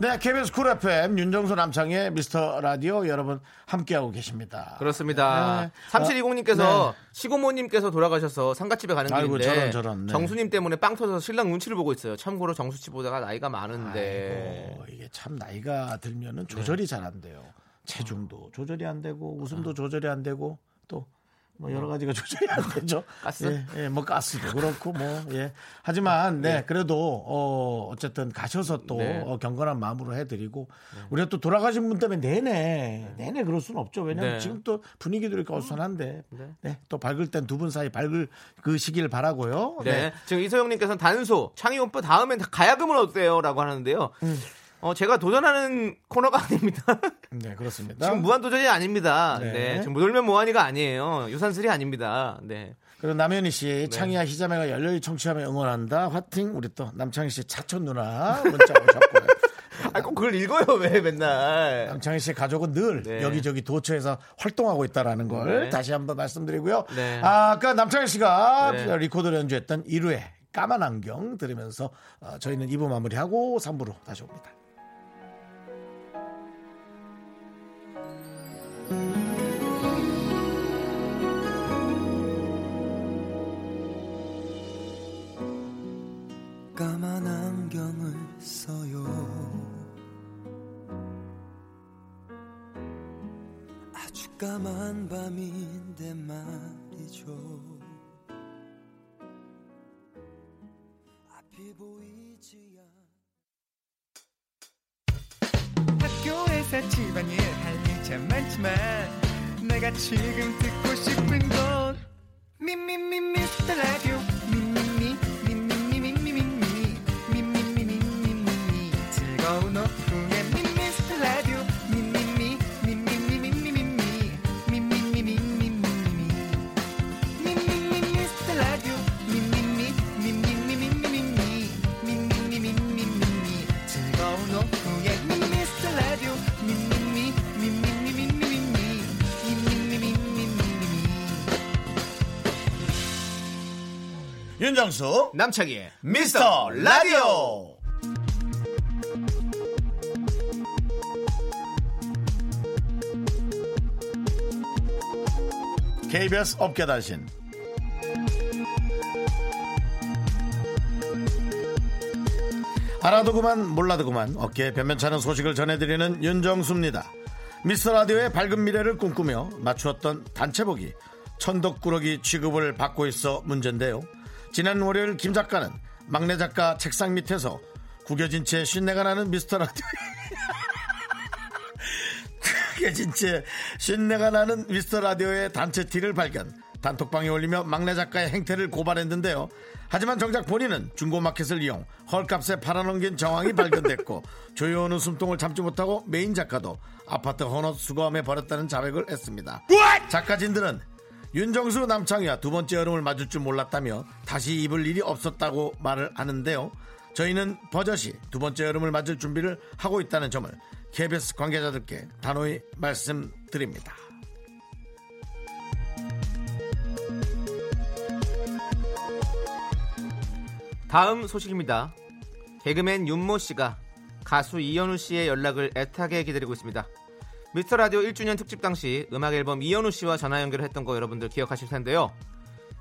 Speaker 1: 네 KBS 쿨 FM 윤정수 남창의 미스터 라디오 여러분 함께하고 계십니다
Speaker 2: 그렇습니다.
Speaker 1: 네.
Speaker 2: 3720님께서
Speaker 1: 아,
Speaker 2: 시고모님께서 돌아가셔서 상가집에 가는
Speaker 1: 아이고,
Speaker 2: 길인데
Speaker 1: 저런, 저런, 네.
Speaker 2: 정수님 때문에 빵 터져서 신랑 눈치를 보고 있어요. 참고로 정수 씨보다가 나이가 많은데
Speaker 1: 네. 어, 이게 참 나이가
Speaker 2: 네.
Speaker 1: 들면은 조절이 잘 안 돼요
Speaker 2: 아.
Speaker 1: 체중도 조절이 안 되고 웃음도 조절이 안 되고 또 뭐 여러 가지가 (laughs) 조절이 안 되죠.
Speaker 2: 가스?
Speaker 1: 예, 예, 뭐 가스도 그렇고 뭐 예. 하지만 네, 그래도 어 어쨌든 가셔서 또
Speaker 2: 네.
Speaker 1: 어, 경건한 마음으로 해드리고 우리가 또 돌아가신 분 때문에 내내 내내 그럴 수는 없죠. 왜냐하면
Speaker 2: 네.
Speaker 1: 지금 또 분위기도 이렇게 어수선한데 네. 또 밝을 땐 두 분 사이 밝을 그 시길 바라고요. 네,
Speaker 2: 네. 지금 이소영님께서는 단소, 창희 오빠 다음엔 가야금은 어때요? 라고 하는데요. 어, 제가 도전하는 코너가 (laughs) 아닙니다.
Speaker 1: 네, 그렇습니다.
Speaker 2: 지금 무한도전이 아닙니다.
Speaker 1: 네.
Speaker 2: 네. 지금 놀면 뭐하니가 아니에요. 유산슬이 아닙니다. 네.
Speaker 1: 그리고 남현희 씨, 창희야 희자매가 열렬히 청취하며 응원한다. 화팅 우리 또 남창희 씨 차촌 누나 문자 오셨고요.
Speaker 2: (laughs) 아, 꼭 그걸 읽어요, 왜 맨날.
Speaker 1: 남창희 씨 가족은 늘
Speaker 2: 네.
Speaker 1: 여기저기 도처에서 활동하고 있다라는 걸
Speaker 2: 네.
Speaker 1: 다시 한번 말씀드리고요.
Speaker 2: 네.
Speaker 1: 아, 까 남창희 씨가
Speaker 2: 네.
Speaker 1: 리코더를 연주했던 1회 까만 안경 들으면서 어, 저희는 2부 마무리하고 3부로 다시 옵니다.
Speaker 6: 까만 안경을 써요 아주 까만 밤인데 말이죠 앞이 보이지 않
Speaker 7: 학교에서 집안일 할 일 참 많지만 내가 지금 듣고 싶은 건 미미미 미스터 라디오 미미미 미미미 미미미 미미미 미미미 미미미 즐거운 오후에 미스터 라디오 미미미 미미미 미미미 미미미 미미미 미미미
Speaker 1: 윤정수
Speaker 2: 남창희의
Speaker 1: 미스터 라디오 KBS 업계단신 알아도 그만 몰라도 그만 어깨에 변변찮은 소식을 전해드리는 윤정수입니다. 미스터 라디오의 밝은 미래를 꿈꾸며 맞추었던 단체복이 천덕꾸러기 취급을 받고 있어 문제인데요. 지난 월요일 김 작가는 막내 작가 책상 밑에서 구겨진 채 쉰내가 나는 미스터 라디오 크게 진짜 신내가 나는 미스터 라디오의 단체 티를 발견. 단톡방에 올리며 막내 작가의 행태를 고발했는데요. 하지만 정작 본인은 중고마켓을 이용 헐값에 팔아넘긴 정황이 발견됐고 조여오는 숨통을 참지 못하고 메인 작가도 아파트 헌옷 수거함에 버렸다는 자백을 했습니다. 작가진들은 윤정수 남창희와 두 번째 여름을 맞을 줄 몰랐다며 다시 입을 일이 없었다고 말을 하는데요. 저희는 버젓이 두 번째 여름을 맞을 준비를 하고 있다는 점을 KBS 관계자들께 단호히 말씀드립니다.
Speaker 2: 다음 소식입니다. 개그맨 윤모 씨가 가수 이현우 씨의 연락을 애타게 기다리고 있습니다. 미스터 라디오 1주년 특집 당시 음악 앨범 이현우 씨와 전화 연결을 했던 거 여러분들 기억하실 텐데요.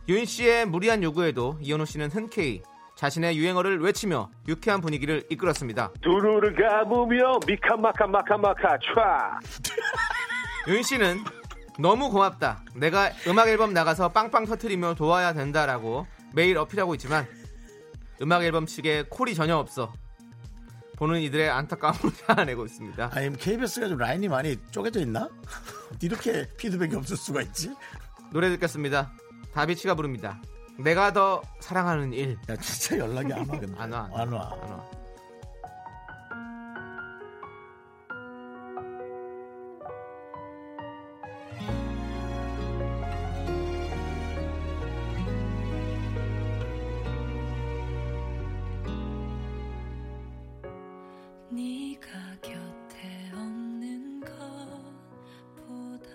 Speaker 2: 윤 씨의 무리한 요구에도 이현우 씨는 흔쾌히 자신의 유행어를 외치며 유쾌한 분위기를 이끌었습니다.
Speaker 8: 두루를 가보며 미카마카 마카마카 촤
Speaker 2: (laughs) 윤 씨는 너무 고맙다. 내가 음악 앨범 나가서 빵빵 터트리며 도와야 된다라고 매일 어필하고 있지만 음악 앨범 측에 콜이 전혀 없어. 보는 이들의 안타까움을 (laughs) 자아내고 있습니다.
Speaker 1: 아니 KBS가 좀 라인이 많이 쪼개져 있나? (laughs) 이렇게 피드백이 없을 수가 있지?
Speaker 2: 노래 듣겠습니다. 다비치가 부릅니다. 내가 더 사랑하는 일.
Speaker 1: 야 진짜 연락이 안 와. 근데.
Speaker 2: 안 와,
Speaker 1: 안 와.
Speaker 2: 안 와.
Speaker 5: 네가 곁에 없는 것보다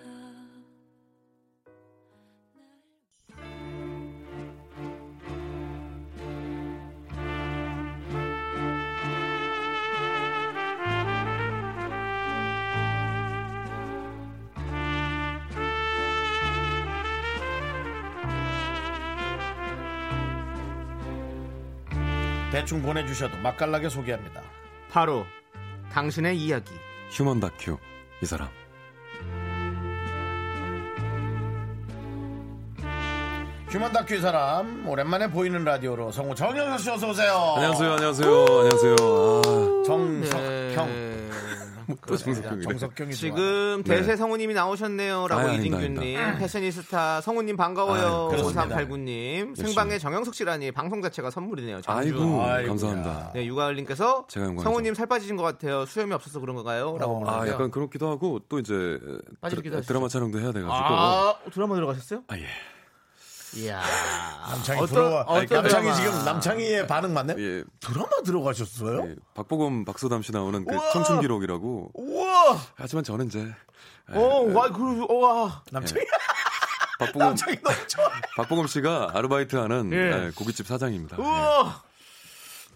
Speaker 1: 대충 보내주셔도 맛깔나게 소개합니다.
Speaker 2: 바로 당신의 이야기.
Speaker 3: 휴먼 다큐 이 사람
Speaker 1: 휴먼 다큐 이 사람 오랜만에 보이는 라디오로 성우 정영석 씨 어서 오세요.
Speaker 3: 안녕하세요 안녕하세요 안녕하세요 아,
Speaker 1: 정석형.
Speaker 2: 네.
Speaker 3: 뭐 또
Speaker 2: 그렇습니다.
Speaker 3: 정석경이네.
Speaker 1: 정석경이 좋아.
Speaker 2: 지금
Speaker 3: 네.
Speaker 2: 대세 성우님이 나오셨네요라고
Speaker 3: 아, 아닙니다,
Speaker 2: 이진규님,
Speaker 3: 아닙니다.
Speaker 2: 패셔니스타 성우님 반가워요.
Speaker 3: 아유, 그렇습니다.
Speaker 2: 5389님, 생방에 정영석 씨라니 방송 자체가 선물이네요. 장주.
Speaker 3: 아이고,
Speaker 1: 아이고야.
Speaker 3: 감사합니다.
Speaker 2: 네, 육아을님께서
Speaker 3: 제가 영광이죠.
Speaker 2: 성우님 살 빠지신 것 같아요. 수염이 없어서 그런 건가요?라고
Speaker 1: 어,
Speaker 2: 물어보세요.
Speaker 3: 아, 약간 그렇기도 하고 또 이제
Speaker 2: 빠지기도
Speaker 3: 드라,
Speaker 2: 하시죠.
Speaker 3: 드라마 촬영도 해야 돼가지고
Speaker 2: 아, 드라마 들어가셨어요?
Speaker 3: 아, 예.
Speaker 2: 이야.
Speaker 1: 남창이
Speaker 2: 아, 어떤-
Speaker 1: 부러워.
Speaker 2: 어떤
Speaker 1: 남창이
Speaker 2: 드라마?
Speaker 1: 지금 남창이의 반응 맞네.
Speaker 3: 예.
Speaker 1: 드라마 들어가셨어요?
Speaker 3: 예, 박보검 박소담 씨 나오는 그
Speaker 2: 우와!
Speaker 3: 청춘 기록이라고.
Speaker 2: 우와.
Speaker 3: 하지만 저는 이제 예,
Speaker 2: 어, 와, 그, 와.
Speaker 3: 네.
Speaker 1: 남창이
Speaker 3: 박보검
Speaker 1: 남창이 너무 좋아.
Speaker 3: 박보검 씨가 아르바이트하는
Speaker 2: 예.
Speaker 3: 예, 고깃집 사장입니다. 예,
Speaker 2: 우와.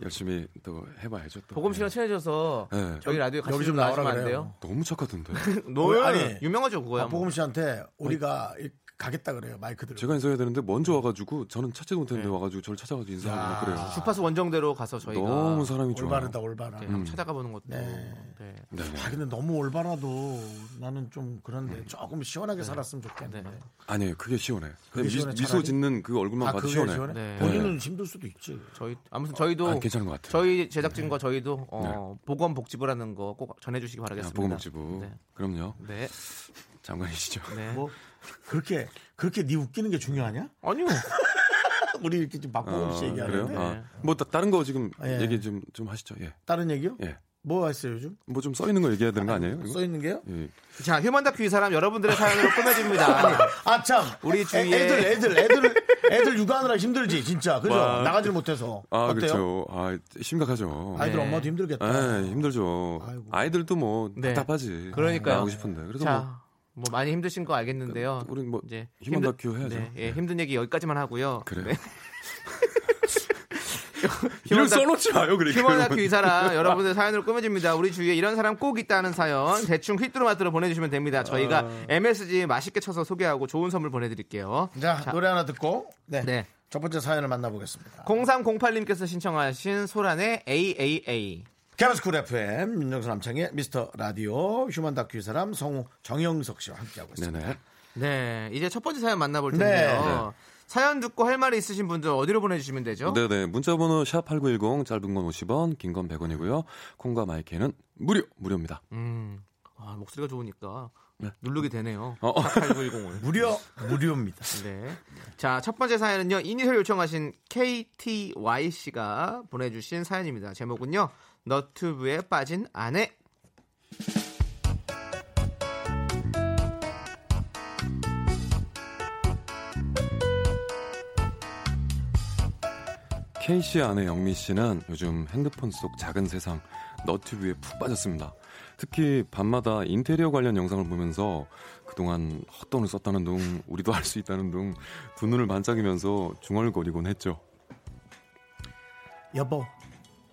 Speaker 3: 열심히 또 해봐야죠. 또.
Speaker 2: 보검 씨랑
Speaker 3: 예.
Speaker 2: 친해져서
Speaker 3: 예.
Speaker 2: 저희 라디오 같이
Speaker 1: 여기 좀
Speaker 2: 나오시면
Speaker 1: 나오라
Speaker 2: 안 돼요?
Speaker 1: 그래요.
Speaker 3: 너무
Speaker 2: (laughs)
Speaker 3: 착하던데.
Speaker 2: 노
Speaker 1: 아니,
Speaker 2: 유명하죠 그거야. 뭐.
Speaker 1: 박보검 씨한테 우리가 이- 가겠다 그래요 마이크 들고.
Speaker 3: 제가 인사해야 되는데 먼저 와가지고 저는 찾지도
Speaker 2: 예.
Speaker 3: 못했는데 와가지고 저를 찾아가지고 인사하고 막 그래요.
Speaker 2: 주파수 원정대로 가서 저희가
Speaker 3: 너무 사람이 좋아요. 예.
Speaker 1: 올바르다 올바라.
Speaker 2: 네, 한번 찾아가 보는 것도 네.
Speaker 3: 네, 네.
Speaker 1: 아 근데 너무 올바라도 나는 좀
Speaker 3: 예.
Speaker 1: 그런데 조금 시원하게 살았으면 좋겠네.
Speaker 2: 네.
Speaker 3: 아니에요. 그게 시원해.
Speaker 1: 그게
Speaker 3: 미,
Speaker 1: 시원해,
Speaker 3: 미소
Speaker 1: 차라리?
Speaker 3: 짓는 그 얼굴만
Speaker 1: 아
Speaker 3: 봐도
Speaker 1: 그게
Speaker 3: 시원해.
Speaker 1: 시원해.
Speaker 2: 네.
Speaker 1: 본인은 힘들 수도 있지.
Speaker 2: 저희 아무튼 저희도
Speaker 3: 아, 괜찮은 것 같아요.
Speaker 2: 저희 제작진과 저희도 어, 보건 복지부라는 거 꼭 전해주시기 바라겠습니다.
Speaker 3: 보건복지부.
Speaker 2: 네.
Speaker 3: 그럼요.
Speaker 2: 네.
Speaker 3: 장관이시죠.
Speaker 2: 네.
Speaker 1: 뭐 그렇게 그렇게 네 웃기는 게 중요하냐? (laughs)
Speaker 2: 아니요. (laughs)
Speaker 1: 우리 이렇게 지금 박보검 씨
Speaker 3: 아,
Speaker 1: 얘기하는데
Speaker 3: 그래요?
Speaker 2: 네.
Speaker 3: 아, 뭐 따, 른거 지금
Speaker 1: 예.
Speaker 3: 얘기 좀, 좀 하시죠. 예.
Speaker 1: 다른 얘기요?
Speaker 3: 예.
Speaker 1: 뭐 했어요 요즘?
Speaker 3: 뭐 좀 써 있는 거 얘기해야 되는 거 아니에요? 이거?
Speaker 1: 써 있는 게요?
Speaker 3: 예.
Speaker 2: 자 휴먼 다큐 이 사람 여러분들의 사연으로 꾸며집니다.
Speaker 1: 아참
Speaker 2: 우리 주위에-
Speaker 1: 애들 애들 애들 애들 육아하느라 힘들지 진짜 그죠?
Speaker 3: 와.
Speaker 1: 나가질 못해서
Speaker 3: 아,
Speaker 1: 어때요?
Speaker 3: 그렇죠. 아, 심각하죠. 아,
Speaker 1: 아이들
Speaker 2: 네.
Speaker 1: 엄마도 힘들겠다.
Speaker 3: 힘들죠.
Speaker 1: 아이고.
Speaker 3: 아이들도뭐
Speaker 2: 네.
Speaker 3: 답답하지.
Speaker 2: 그러니까요.
Speaker 3: 나오고 싶은데. 그래서 뭐
Speaker 2: 자. 뭐 많이 힘드신 거 알겠는데요.
Speaker 3: 우리 뭐 휴먼
Speaker 2: 힘든
Speaker 3: 다큐 해야죠.
Speaker 2: 네, 예, 힘든 얘기 여기까지만 하고요.
Speaker 3: 그래. (laughs)
Speaker 2: 네.
Speaker 3: 이름
Speaker 2: 휴먼 다-
Speaker 3: 써놓지 마요, 그러니까.
Speaker 2: 휴먼 다큐
Speaker 3: 여러분.
Speaker 2: 이 사람 여러분들 사연으로 꾸며집니다. 우리 주위에 이런 사람 꼭 있다는 사연 대충 휘뚜루마뚜루 보내주시면 됩니다. 저희가
Speaker 3: 아.
Speaker 2: MSG 맛있게 쳐서 소개하고 좋은 선물 보내드릴게요.
Speaker 1: 자, 노래 하나 듣고 네.
Speaker 2: 네.
Speaker 1: 첫 번째 사연을 만나보겠습니다.
Speaker 2: 0308님께서 신청하신 소란의 AAA.
Speaker 1: KBS 쿨 FM 윤정수 남창의 미스터 라디오 휴먼 다큐 이 사람 성우 정영석 씨와 함께하고 있습니다.
Speaker 3: (laughs) 네네.
Speaker 2: 네, 이제 첫 번째 사연 만나볼
Speaker 1: 네.
Speaker 2: 텐데요. 사연 듣고 할 말이 있으신 분들 어디로 보내주시면 되죠?
Speaker 3: 네네. 문자번호 샵8910, 짧은 건 50원, 긴 건 100원이고요. 콩과 마이크는 무료, 무료입니다.
Speaker 2: 음, 아, 목소리가 좋으니까
Speaker 3: 네.
Speaker 2: 누르게 되네요.
Speaker 3: 어, 어.
Speaker 2: 8910을.
Speaker 1: 무료 무료입니다.
Speaker 2: 네. 자, 첫 번째 사연은요. 이니셜 요청하신 KTY 씨가 보내주신 사연입니다. 제목은요. 너튜브에 빠진 아내.
Speaker 3: K 씨의 아내 영미 씨는 요즘 핸드폰 속 작은 세상 너튜브에 푹 빠졌습니다. 특히 밤마다 인테리어 관련 영상을 보면서 그동안 헛돈을 썼다는 둥 우리도 할 수 있다는 둥 두 눈을 반짝이면서 중얼거리곤 했죠.
Speaker 1: 여보,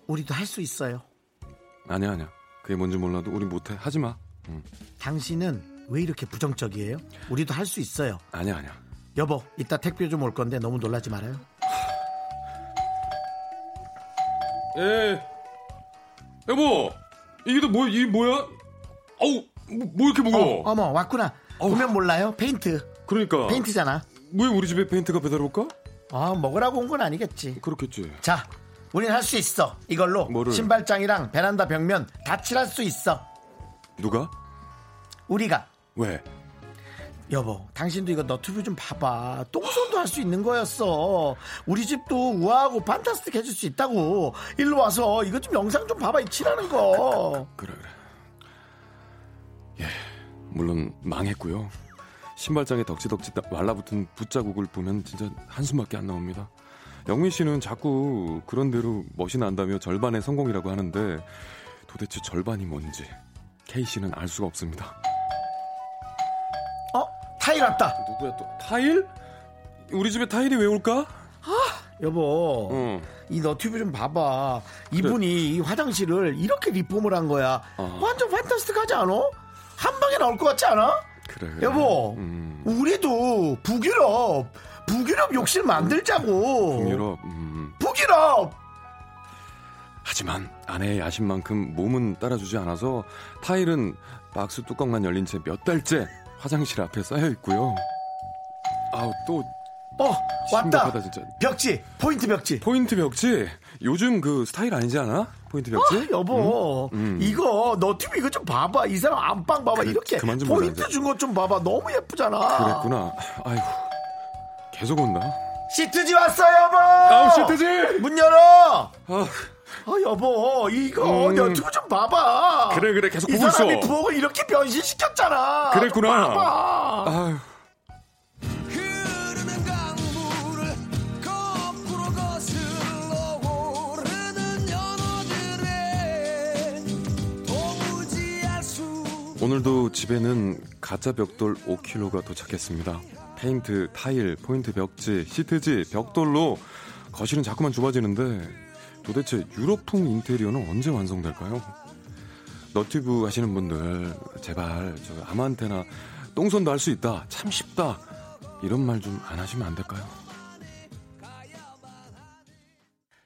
Speaker 1: 우리도 할 수 있어요.
Speaker 3: 아니야 아니야 그게 뭔지 몰라도 우리 못해 하지 마. 응.
Speaker 1: 당신은 왜 이렇게 부정적이에요? 우리도 할 수 있어요.
Speaker 3: 아니야 아니야
Speaker 1: 여보, 이따 택배 좀 올 건데 너무 놀라지 말아요.
Speaker 3: 예. 여보, 이게 또 뭐, 이 뭐야? 어우, 뭐, 뭐 이렇게 무거워?
Speaker 1: 어머, 왔구나. 보면 몰라요. 페인트.
Speaker 3: 그러니까.
Speaker 1: 페인트잖아.
Speaker 3: 왜 우리 집에 페인트가 배달 올까?
Speaker 1: 아, 먹으라고 온 건 아니겠지.
Speaker 3: 그렇겠지.
Speaker 1: 자, 우린 할 수 있어. 이걸로
Speaker 3: 뭐를?
Speaker 1: 신발장이랑 베란다 벽면 다 칠할 수 있어.
Speaker 3: 누가?
Speaker 1: 우리가.
Speaker 3: 왜?
Speaker 1: 여보, 당신도 이거 너튜브 좀 봐봐. 똥손도 할 수 있는 거였어. 우리 집도 우아하고 판타스틱 해줄 수 있다고. 일로 와서 이거 좀 영상 좀 봐봐. 이 칠하는 거.
Speaker 3: 그래, 그래. 예, 물론 망했고요. 신발장에 덕지덕지 따- 말라붙은 붙자국을 보면 진짜 한숨밖에 안 나옵니다. 영민 씨는 자꾸 그런 대로 멋이 난다며 절반의 성공이라고 하는데 도대체 절반이 뭔지 K 씨는 알 수가 없습니다.
Speaker 1: 어? 타일 왔다.
Speaker 3: 누구야 또 타일? 우리 집에 타일이 왜 올까?
Speaker 1: 여보,
Speaker 3: 응.
Speaker 1: 이 너튜브 좀 봐봐. 이분이 이 화장실을 이렇게 리폼을 한 거야.
Speaker 3: 어.
Speaker 1: 완전 판타스틱 하지 않아? 한 방에 나올 것 같지 않아?
Speaker 3: 그래.
Speaker 1: 여보,
Speaker 3: 음.
Speaker 1: 우리도 북유럽, 북유럽 욕실 만들자고.
Speaker 3: 유럽. 음.
Speaker 1: 북유럽!
Speaker 3: 하지만 아내의 야심만큼 몸은 따라주지 않아서 타일은 박스 뚜껑만 열린 채 몇 달째 화장실 앞에 쌓여 있고요. 아우 또
Speaker 1: 어, 왔다.
Speaker 3: 심각하다, 진짜.
Speaker 1: 벽지, 포인트 벽지.
Speaker 3: 포인트 벽지 요즘 그 스타일 아니지 않아? 포인트 벽지?
Speaker 1: 여보,
Speaker 3: 음, 음.
Speaker 1: 이거 너 TV 이거 좀 봐봐. 이 사람 안방 봐봐.
Speaker 3: 그래,
Speaker 1: 이렇게
Speaker 3: 그만 좀
Speaker 1: 포인트
Speaker 3: 보자, 이제.
Speaker 1: 준 것 좀 봐봐. 너무 예쁘잖아.
Speaker 3: 그랬구나. 아이고. 계속 온다.
Speaker 1: 시트지 왔어 여보. 문 열어. 아 여보 이거
Speaker 3: 음.
Speaker 1: 너튜브 좀 봐봐.
Speaker 3: 그래, 그래, 계속
Speaker 1: 이
Speaker 3: 보고
Speaker 1: 사람이
Speaker 3: 있어.
Speaker 1: 부엌을 이렇게 변신시켰잖아.
Speaker 3: 그랬구나.
Speaker 1: 좀 봐봐.
Speaker 3: 아유.
Speaker 6: 흐르는 강물을 거꾸로 거슬러 오르는 연어들의 도무지 알수
Speaker 3: 오늘도 집에는 가짜 벽돌 5kg가 도착했습니다. 페인트, 타일, 포인트 벽지, 시트지, 벽돌로 거실은 자꾸만 좁아지는데 도대체 유럽풍 인테리어는 언제 완성될까요? 너튜브 하시는 분들 제발 저 아무한테나 똥손도 할 수 있다 참 쉽다 이런 말 좀 안 하시면 안 될까요?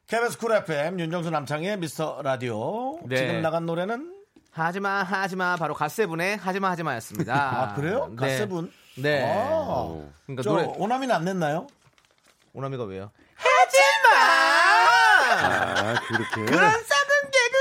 Speaker 1: KBS 쿨 FM 윤정수 남창의 미스터 라디오
Speaker 2: 네.
Speaker 1: 지금 나간 노래는
Speaker 2: 하지마 하지마 바로 갓세븐의 하지마 하지마였습니다.
Speaker 1: (laughs) 아, 그래요?
Speaker 2: 네.
Speaker 1: 갓세븐?
Speaker 2: 네.
Speaker 1: 아.
Speaker 2: 그러니까
Speaker 1: 저
Speaker 2: 노래
Speaker 1: 오남이는 안 냈나요?
Speaker 2: 오나미가 왜요? 하지마
Speaker 3: 아 그렇게
Speaker 2: 썩은 개그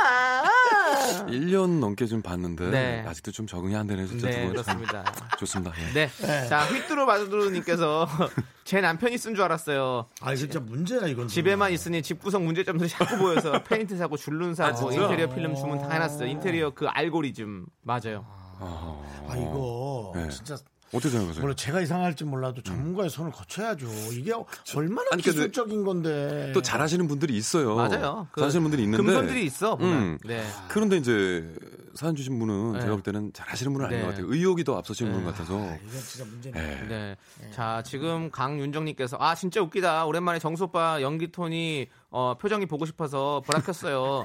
Speaker 2: 하지마
Speaker 3: 1년 넘게 좀 봤는데
Speaker 2: 네.
Speaker 3: 아직도 좀 적응이 안 되네 진짜
Speaker 2: 네
Speaker 3: 두 분.
Speaker 2: 그렇습니다.
Speaker 1: (laughs)
Speaker 3: 좋습니다. 예.
Speaker 2: 네. 자, 휘뚜루 마두루님께서 (laughs) 제 남편이 쓴 줄 알았어요.
Speaker 1: 아 진짜 문제야 이건.
Speaker 2: 집에만 있으니 집구석 문제점들이 자꾸 (laughs) 보여서 페인트 사고 줄눈 사고 아, 인테리어 필름 주문 다 해놨어요. 인테리어 그 알고리즘 맞아요.
Speaker 3: 아,
Speaker 1: 아 이거
Speaker 3: 네.
Speaker 1: 진짜
Speaker 3: 어떻게 생각하세요?
Speaker 1: 물론 제가 이상할지 몰라도 전문가의 손을 거쳐야죠. 이게 얼마나
Speaker 3: 아니, 근데
Speaker 1: 기술적인 건데.
Speaker 3: 또 잘하시는 분들이 있어요.
Speaker 2: 예. 맞아요. 그
Speaker 3: 잘하시는 분들이 있는데.
Speaker 2: 금손들이 있어. 보면.
Speaker 3: 음.
Speaker 2: 네.
Speaker 3: 그런데 이제 사연 주신 분은
Speaker 2: 네.
Speaker 3: 제가 볼 때는 잘하시는 분은 아닌
Speaker 2: 네. 예.
Speaker 3: 것 같아요. 의욕이 더 앞서시는 분 같아서.
Speaker 1: 이건 진짜 문제네.
Speaker 3: 예.
Speaker 2: 네. 자, 지금 강윤정님께서 아 진짜 웃기다. 오랜만에 정수 오빠 연기 톤이 어, 표정이 보고 싶어서 보라 (laughs) 켰어요.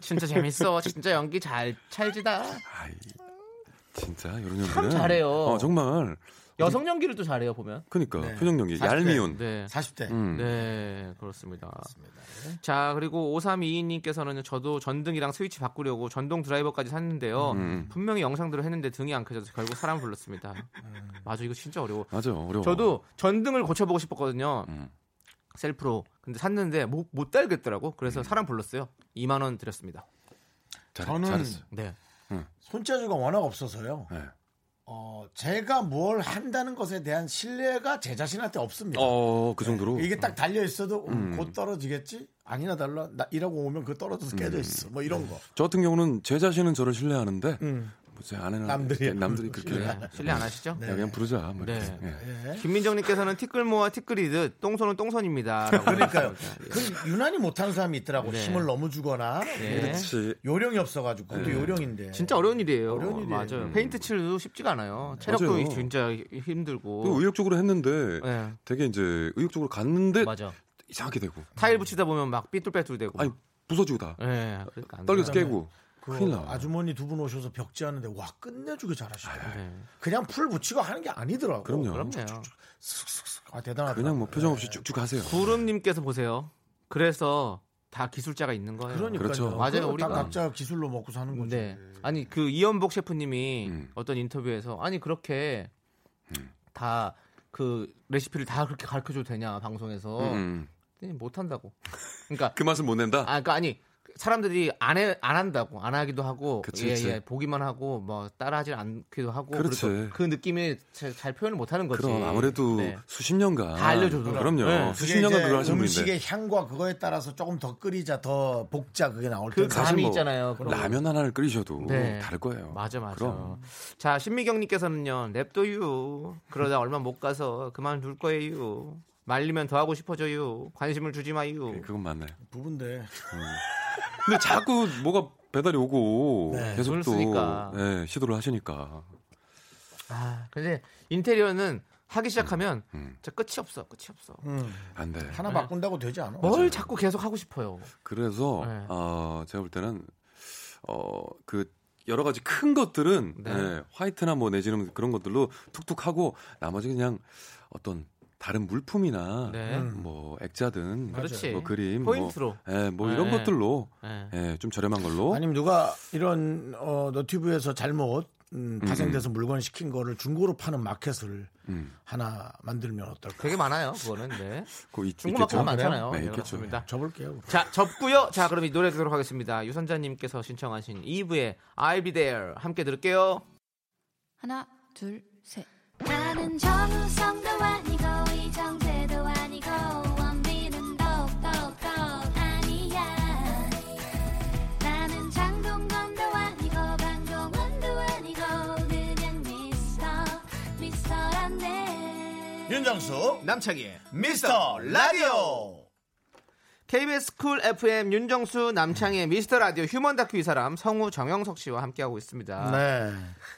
Speaker 2: 진짜 재밌어. 진짜 연기 잘 찰지다.
Speaker 3: 아이, 진짜 이런 연기는
Speaker 2: 잘해요.
Speaker 3: 어, 정말.
Speaker 2: 여성 연기를 또 잘해요 보면.
Speaker 3: 그러니까 표정 연기
Speaker 1: 사실
Speaker 3: 얄미운.
Speaker 2: 네.
Speaker 1: 40대.
Speaker 3: 음.
Speaker 2: 네, 그렇습니다. 자, 그리고 5322님께서는 저도 전등이랑 스위치 바꾸려고 전동 드라이버까지 샀는데요.
Speaker 3: 음.
Speaker 2: 분명히 영상들을 했는데 등이 안 켜져서 결국 사람 불렀습니다. 맞아, 이거 진짜 어려워.
Speaker 3: 맞아 어려워.
Speaker 2: 저도 전등을 고쳐보고 싶었거든요.
Speaker 3: 음.
Speaker 2: 셀프로. 근데 샀는데 못, 못 달겠더라고. 그래서 사람 불렀어요. 2만원 드렸습니다.
Speaker 3: 잘,
Speaker 1: 저는-
Speaker 3: 잘했어요.
Speaker 2: 네.
Speaker 1: 손재주가 워낙 없어서요.
Speaker 3: 네.
Speaker 1: 어, 제가 뭘 한다는 것에 대한 신뢰가 제 자신한테 없습니다.
Speaker 3: 어,
Speaker 2: 네.
Speaker 3: 그 정도로.
Speaker 1: 이게 딱 달려 있어도 음, 곧 떨어지겠지? 아니나 달라. 나 이러고 오면 그 떨어져서
Speaker 2: 음.
Speaker 1: 깨져 있어. 뭐 이런 거.
Speaker 3: 저 같은 경우는 제 자신은 저를 신뢰하는데 뭐제 아내는
Speaker 1: 남들이-
Speaker 3: 남들이 그렇게
Speaker 2: 네. 음. 신뢰 안 하시죠?
Speaker 3: 야, 그냥 부르자. 뭐
Speaker 2: 네.
Speaker 3: 이렇게. 예.
Speaker 2: 김민정님께서는 티끌모아 티끌이듯 똥손은 똥손입니다. 라고
Speaker 1: 그러니까요.
Speaker 2: 하셨습니다. 예.
Speaker 1: 그 유난히 못하는 사람이 있더라고.
Speaker 2: 네.
Speaker 1: 힘을 너무 주거나
Speaker 2: 네.
Speaker 3: 그렇지.
Speaker 1: 요령이 없어가지고
Speaker 3: 네.
Speaker 1: 그것도 요령인데.
Speaker 2: 진짜 어려운 일이에요.
Speaker 1: 어려운 일이에요. 음.
Speaker 2: 맞아요. 페인트 칠도 쉽지가 않아요. 체력도
Speaker 3: 맞아요.
Speaker 2: 진짜
Speaker 3: 또
Speaker 2: 힘들고.
Speaker 3: 의욕적으로 했는데
Speaker 2: 예.
Speaker 3: 되게 이제 의욕적으로 갔는데
Speaker 2: 맞아.
Speaker 3: 이상하게 되고
Speaker 2: 타일 붙이다 보면 막 삐뚤빼뚤 되고.
Speaker 3: 아니 부서지고 다
Speaker 2: 예. 그러니까 안
Speaker 3: 떨려서
Speaker 2: 돼요.
Speaker 3: 깨고
Speaker 1: 그
Speaker 3: 큰일 나.
Speaker 1: 아주머니 두 분 오셔서 벽지하는데 와 끝내주게 잘하시더라고요.
Speaker 2: 네.
Speaker 1: 그냥 풀 붙이고 하는 게 아니더라고.
Speaker 3: 아, 그럼요.
Speaker 1: 음,
Speaker 2: 그럼요. 네.
Speaker 1: 아 대단하다.
Speaker 3: 그냥 뭐 표정 없이 쭉쭉 하세요.
Speaker 2: 구름님께서 보세요. 그래서 다 기술자가 있는 거예요.
Speaker 1: 그러니까요.
Speaker 3: 그렇죠.
Speaker 1: 그거
Speaker 2: 맞아요,
Speaker 1: 다
Speaker 2: 우리가.
Speaker 1: 각자 기술로 먹고 사는 거지.
Speaker 2: 네. 아니 그 이연복 셰프님이
Speaker 3: 음.
Speaker 2: 어떤 인터뷰에서 아니 그렇게
Speaker 1: 음.
Speaker 2: 다 그 레시피를 다 그렇게 가르쳐 줘도 되냐 방송에서
Speaker 3: 음.
Speaker 2: 못 한다고. 그러니까
Speaker 3: 그 맛을 못 낸다.
Speaker 2: 아, 그니까 아니 사람들이 안 해 안 한다고 안 하기도 하고
Speaker 3: 그치,
Speaker 2: 예,
Speaker 3: 그치.
Speaker 2: 예, 보기만 하고 뭐 따라하지 않기도 하고
Speaker 3: 그렇지.
Speaker 2: 그래서 그 느낌이 잘, 잘 표현을 못 하는 거지.
Speaker 3: 그럼 아무래도
Speaker 2: 네.
Speaker 3: 수십 년간
Speaker 2: 다 알려줘도.
Speaker 3: 그럼요.
Speaker 2: 네.
Speaker 3: 수십 년간 그걸 하신 분인데
Speaker 1: 음식의 향과 그거에 따라서 조금 더 끓이자 더 볶자 그게 나올 때.
Speaker 2: 그
Speaker 3: 가-
Speaker 2: 감이
Speaker 3: 뭐
Speaker 2: 있잖아요. 그런 거.
Speaker 3: 라면 하나를 끓이셔도
Speaker 2: 네.
Speaker 3: 다를 거예요.
Speaker 2: 맞아 맞아.
Speaker 3: 그럼
Speaker 2: 자 신미경님께서는요 냅둬요 그러다 얼마 못 가서 그만 둘 거예요 말리면 더 하고 싶어져요 관심을 주지 마요.
Speaker 3: 예, 그건 맞나요?
Speaker 1: 부분데
Speaker 3: 근데 자꾸 뭐가 배달이 오고
Speaker 1: 네,
Speaker 3: 계속
Speaker 2: 돈을
Speaker 3: 또
Speaker 2: 쓰니까.
Speaker 3: 예, 시도를 하시니까
Speaker 2: 아 근데 인테리어는 하기 시작하면
Speaker 3: 음.
Speaker 2: 진짜 끝이 없어 끝이 없어.
Speaker 3: 안 돼.
Speaker 1: 음,
Speaker 2: 네.
Speaker 1: 하나 바꾼다고 되지 않아.
Speaker 2: 뭘 자꾸 계속 하고 싶어요.
Speaker 3: 그래서
Speaker 2: 네.
Speaker 3: 어, 제가 볼 때는 어, 그 여러 가지 큰 것들은
Speaker 2: 네.
Speaker 3: 예, 화이트나 뭐 내지는 그런 것들로 툭툭 하고 나머지 그냥 어떤 다른 물품이나
Speaker 2: 네.
Speaker 3: 뭐 액자든
Speaker 2: 그렇지.
Speaker 3: 뭐 그림
Speaker 2: 포인트로.
Speaker 3: 뭐, 예, 뭐 이런
Speaker 2: 네.
Speaker 3: 것들로
Speaker 2: 예.
Speaker 3: 예, 좀 저렴한 걸로
Speaker 1: 아니면 누가 이런 어, 너튜브에서 어, 잘못 음, 파생돼서 물건 시킨 거를 중고로 파는 마켓을 하나 만들면 어떨까?
Speaker 2: 되게 많아요. 그거는 네.
Speaker 3: 그 있-
Speaker 2: 중고마켓
Speaker 3: 있겠죠?
Speaker 2: 많잖아요.
Speaker 3: 네,
Speaker 2: 네,
Speaker 3: 있겠죠.
Speaker 2: 그렇습니다.
Speaker 1: 접을게요.
Speaker 2: 자, 접고요. 자, 그럼 이 노래 듣도록 하겠습니다. 유선자님께서 신청하신 이브의 I'll be there 함께 들을게요.
Speaker 5: 하나, 둘, 셋.
Speaker 9: 나는 정우성도 아니고 이정재도 아니고 원빈은 더욱더 아니야 나는 장동건도 아니고 강동원도 아니고 그냥 미스터 미스터란데
Speaker 6: 윤정수
Speaker 2: 남창희의
Speaker 6: 미스터 라디오
Speaker 2: KBS 쿨 FM 윤정수 남창희의 미스터 라디오 휴먼 다큐 이 사람 성우 정영석 씨와 함께하고 있습니다.
Speaker 1: 네.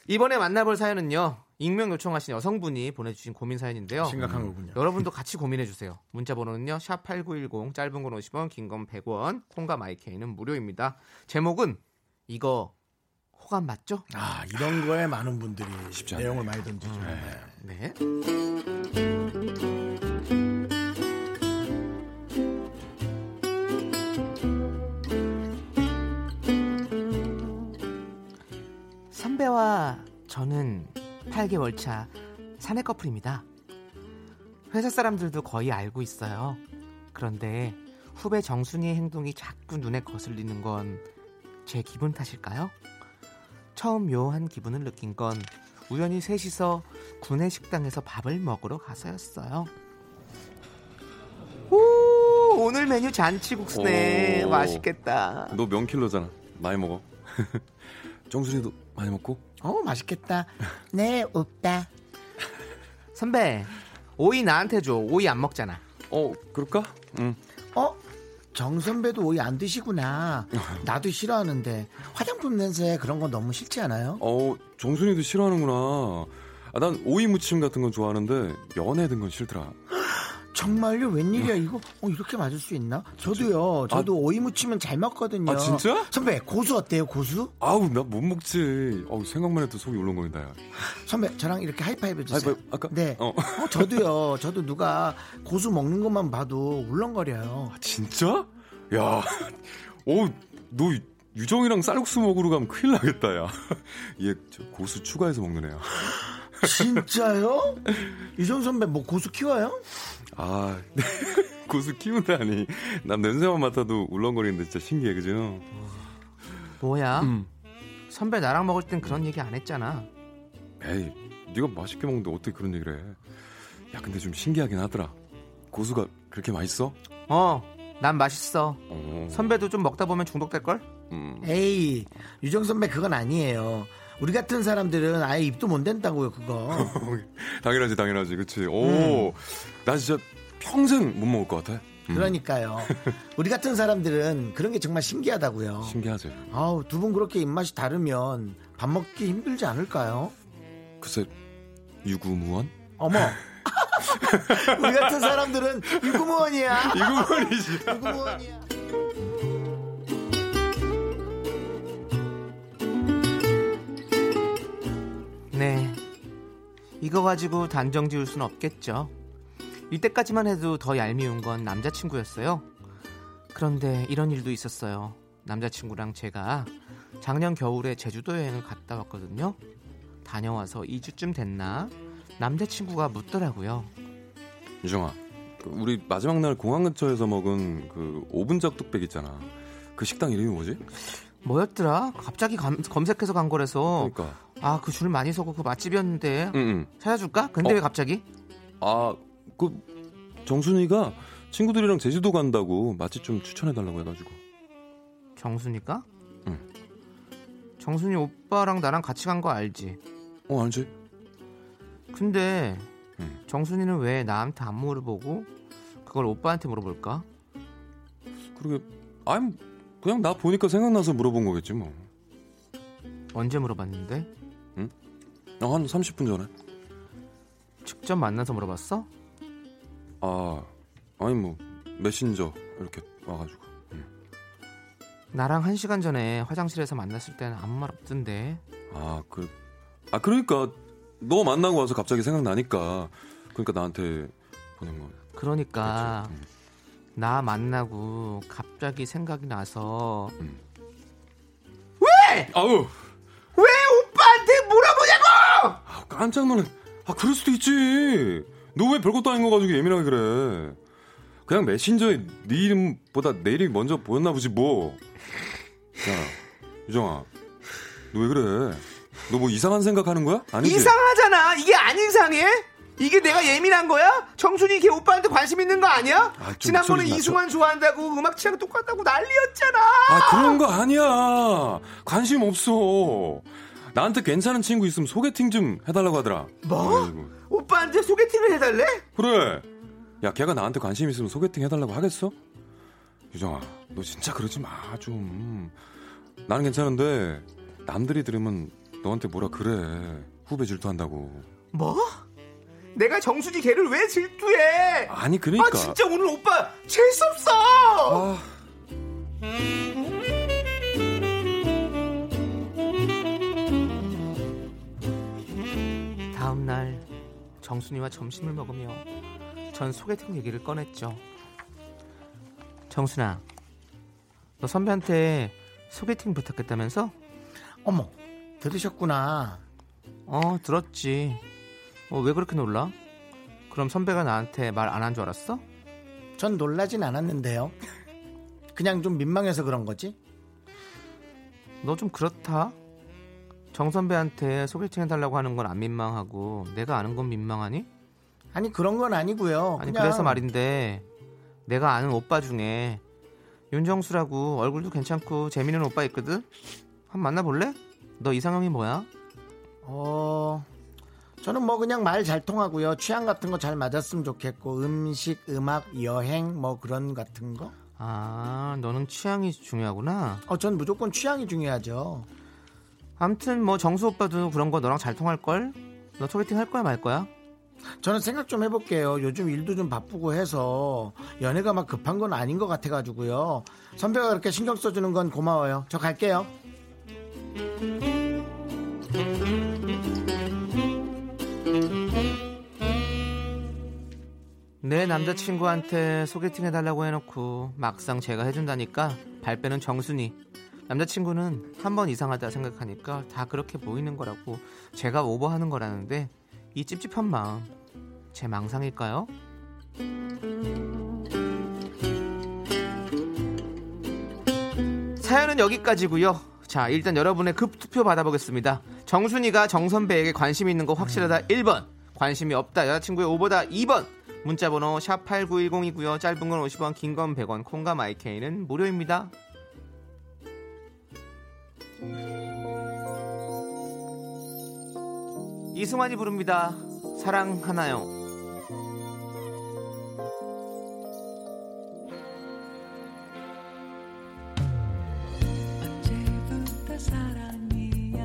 Speaker 2: 이번에 만나볼 사연은요. 익명 요청하신 여성분이 보내주신 고민 사연인데요.
Speaker 1: 심각한 거군요.
Speaker 2: 여러분도 같이 고민해주세요. 문자 번호는요. 샵8910 짧은 건 50원 긴 건 100원 콩과 마이케이는 무료입니다. 제목은 이거 호감 맞죠?
Speaker 1: 아, 이런 거에 많은 분들이
Speaker 3: 않네.
Speaker 1: 내용을 많이 던지죠. 네.
Speaker 2: 네. 선배와 저는 8개월 차 사내 커플입니다. 회사 사람들도 거의 알고 있어요. 그런데 후배 정순이의 행동이 자꾸 눈에 거슬리는 건 제 기분 탓일까요? 처음 묘한 기분을 느낀 건 우연히 셋이서 구내 식당에서 밥을 먹으러 가서였어요. 오, 오늘 메뉴 잔치국수네.
Speaker 3: 오.
Speaker 2: 맛있겠다.
Speaker 3: 너 명킬러잖아. 많이 먹어. (laughs) 정수리도 많이 먹고.
Speaker 1: 어, 맛있겠다. 네, 오빠.
Speaker 2: 선배, 오이 나한테 줘. 오이 안 먹잖아.
Speaker 3: 어, 그럴까? 응.
Speaker 1: 어? 정선배도 오이 안 드시구나. 나도 싫어하는데 화장품 냄새 그런 건 너무 싫지 않아요?
Speaker 3: 어, 정순이도 싫어하는구나. 아, 난 오이 무침 같은 건 좋아하는데 연애 든 건 싫더라.
Speaker 1: 정말요? 웬일이야 이거? 어, 이렇게 맞을 수 있나? 저도요. 저도 오이 무침은 잘 먹거든요.
Speaker 3: 아, 진짜?
Speaker 1: 선배 고수 어때요? 고수?
Speaker 3: 아우, 나 못 먹지. 어우, 생각만 해도 속이 울렁거린다. 야.
Speaker 1: 선배 저랑 이렇게 하이파이브 해주세요.
Speaker 3: 하이파이브 할까?
Speaker 1: 네.
Speaker 3: 어.
Speaker 1: 어. 저도요. 저도 누가 고수 먹는 것만 봐도 울렁거려요.
Speaker 3: 아, 진짜? 야, (laughs) 어, 너 유정이랑 쌀국수 먹으러 가면 큰일 나겠다, 야. (laughs) 얘 저 고수 추가해서 먹는 애야. (laughs)
Speaker 1: 진짜요? 유정 선배 뭐 고수 키워요?
Speaker 3: 아, (laughs) 고수 키운다니. 난 냄새만 맡아도 울렁거리는데 진짜 신기해, 그죠?
Speaker 2: 뭐야?
Speaker 3: 음.
Speaker 2: 선배 나랑 먹을 땐 그런 얘기 안 했잖아.
Speaker 3: 에이, 네가 맛있게 먹는데 어떻게 그런 얘기를 해? 야, 근데 좀 신기하긴 하더라. 고수가 그렇게 맛있어?
Speaker 2: 어, 난 맛있어.
Speaker 3: 어,
Speaker 2: 선배도 좀 먹다 보면 중독될걸?
Speaker 3: 음.
Speaker 1: 에이, 유정 선배 그건 아니에요. 우리 같은 사람들은 아예 입도 못 댄다고요, 그거.
Speaker 2: (laughs)
Speaker 3: 당연하지, 당연하지, 그치? 오, 나 진짜 평생 못 먹을 것 같아. 음,
Speaker 1: 그러니까요. 우리 같은 사람들은 그런 게 정말 신기하다고요.
Speaker 3: 신기하지.
Speaker 1: 아우, 두 분 그렇게 입맛이 다르면 밥 먹기 힘들지 않을까요?
Speaker 3: 글쎄, 유구무원?
Speaker 1: 어머. (laughs) 우리 같은 사람들은 유구무원이야.
Speaker 3: 유구무원이지.
Speaker 1: 유구무원이야.
Speaker 2: 네. 이거 가지고 단정 지을 순 없겠죠. 이때까지만 해도 더 얄미운 건 남자친구였어요. 그런데 이런 일도 있었어요. 남자친구랑 제가 작년 겨울에 제주도 여행을 갔다 왔거든요. 다녀와서 2주쯤 됐나? 남자친구가 묻더라고요.
Speaker 3: (laughs) 유정아, 그 우리 마지막 날 공항 근처에서 먹은 그 오분작 뚝배기 있잖아. 그 식당 이름이 뭐지?
Speaker 2: 뭐였더라? 갑자기 검, 검색해서 간 거라서
Speaker 3: 그러니까.
Speaker 2: 아 그 줄 많이 서고 그 맛집이었는데
Speaker 3: 응, 응.
Speaker 2: 찾아줄까? 근데
Speaker 3: 어.
Speaker 2: 왜 갑자기?
Speaker 3: 아, 그 정순이가 친구들이랑 제주도 간다고 맛집 좀 추천해 달라고 해가지고.
Speaker 2: 정순이가?
Speaker 3: 응.
Speaker 2: 정순이 오빠랑 나랑 같이 간 거 알지?
Speaker 3: 어, 알지?
Speaker 2: 근데
Speaker 3: 음.
Speaker 2: 정순이는 왜 나한테 안 물어보고 그걸 오빠한테 물어볼까?
Speaker 3: 그러게, 아니 그냥 나 보니까 생각나서 물어본 거겠지 뭐.
Speaker 2: 언제 물어봤는데?
Speaker 3: 아, 한 30분 전에.
Speaker 2: 직접 만나서 물어봤어?
Speaker 3: 아, 아니 뭐 메신저 이렇게 와가지고. 음.
Speaker 2: 나랑 한 시간 전에 화장실에서 만났을 때는 아무 말 없던데
Speaker 3: 아, 그, 아 그러니까 너 만나고 와서 갑자기 생각나니까 그러니까 나한테 보낸 거.
Speaker 2: 그러니까
Speaker 3: 그렇죠. 음.
Speaker 2: 나 만나고 갑자기
Speaker 3: 음.
Speaker 2: 생각이 나서
Speaker 3: 아우
Speaker 2: 왜 오빠한테 나한테 물어보냐고!
Speaker 3: 아, 깜짝 놀래. 아, 그럴 수도 있지. 너 왜 별것도 아닌 거 가지고 예민하게 그래. 그냥 메신저에 네 이름보다 내 이름이 먼저 보였나 보지 뭐. 야, 유정아. 너 왜 그래? 너 뭐 이상한 생각하는 거야? 아니지?
Speaker 2: 이상하잖아. 이게 안 이상해? 이게 내가 예민한 거야? 청순이 걔 오빠한테 관심 있는 거 아니야?
Speaker 3: 아, 좀
Speaker 2: 지난번에
Speaker 3: 목소리 좀 낮춰.
Speaker 2: 이승환 좋아한다고 음악 취향 똑같다고 난리였잖아.
Speaker 3: 아, 그런 거 아니야. 관심 없어. 나한테 괜찮은 친구 있으면 소개팅 좀 해달라고 하더라.
Speaker 2: 뭐?
Speaker 3: 아이고.
Speaker 2: 오빠한테 소개팅을 해달래?
Speaker 3: 그래. 야, 걔가 나한테 관심 있으면 소개팅 해달라고 하겠어? 유정아, 너 진짜 그러지 마, 좀. 나는 괜찮은데, 남들이 들으면 너한테 뭐라 그래. 후배 질투한다고.
Speaker 2: 뭐? 내가 정수지 걔를 왜 질투해?
Speaker 3: 아니, 그러니까.
Speaker 2: 아 진짜 오늘 오빠 재수 없어.
Speaker 3: 아.
Speaker 2: 다음 날 정순이와 점심을 먹으며 전 소개팅 얘기를 꺼냈죠. 정순아, 너 선배한테 소개팅 부탁했다면서?
Speaker 1: 어머, 들으셨구나.
Speaker 2: 어, 들었지. 어, 왜 그렇게 놀라? 그럼 선배가 나한테 말 안 한 줄 알았어?
Speaker 1: 전 놀라진 않았는데요. 그냥 좀 민망해서 그런 거지.
Speaker 2: 너 좀 그렇다. 정 선배한테 소개팅 해달라고 하는 건 안 민망하고 내가 아는 건 민망하니?
Speaker 1: 아니 그런 건 아니고요.
Speaker 2: 아니
Speaker 1: 어, 그냥
Speaker 2: 그래서 말인데 내가 아는 오빠 중에 윤정수라고 얼굴도 괜찮고 재밌는 오빠 있거든. 한번 만나볼래? 너 이상형이 뭐야?
Speaker 1: 어 저는 뭐 그냥 말 잘 통하고요. 취향 같은 거 잘 맞았으면 좋겠고 음식, 음악, 여행 뭐 그런 같은 거.
Speaker 2: 아 너는 취향이 중요하구나.
Speaker 1: 어 전 무조건 취향이 중요하죠.
Speaker 2: 암튼 뭐 정수 오빠도 그런 거 너랑 잘 통할 걸. 너 소개팅 할 거야 말 거야?
Speaker 1: 저는 생각 좀 해볼게요. 요즘 일도 좀 바쁘고 해서 연애가 막 급한 건 아닌 것 같아가지고요. 선배가 그렇게 신경 써주는 건 고마워요. 저 갈게요.
Speaker 2: 내 남자친구한테 소개팅 해달라고 해놓고 막상 제가 해준다니까 발 빼는 정순이 남자친구는 한 번 이상하다 생각하니까 다 그렇게 보이는 거라고 제가 오버하는 거라는데 이 찝찝한 마음 제 망상일까요? 사연은 여기까지고요. 자 일단 여러분의 급투표 받아보겠습니다. 정순이가 정선배에게 관심 있는 거 확실하다 1번 관심이 없다 여자친구의 오보다 2번 문자번호 샵 8910이고요. 짧은 건 50원 긴 건 100원 콩과 마이케이는 무료입니다. 이승환이 부릅니다. 사랑하나요
Speaker 7: 언제부터 사랑이었는지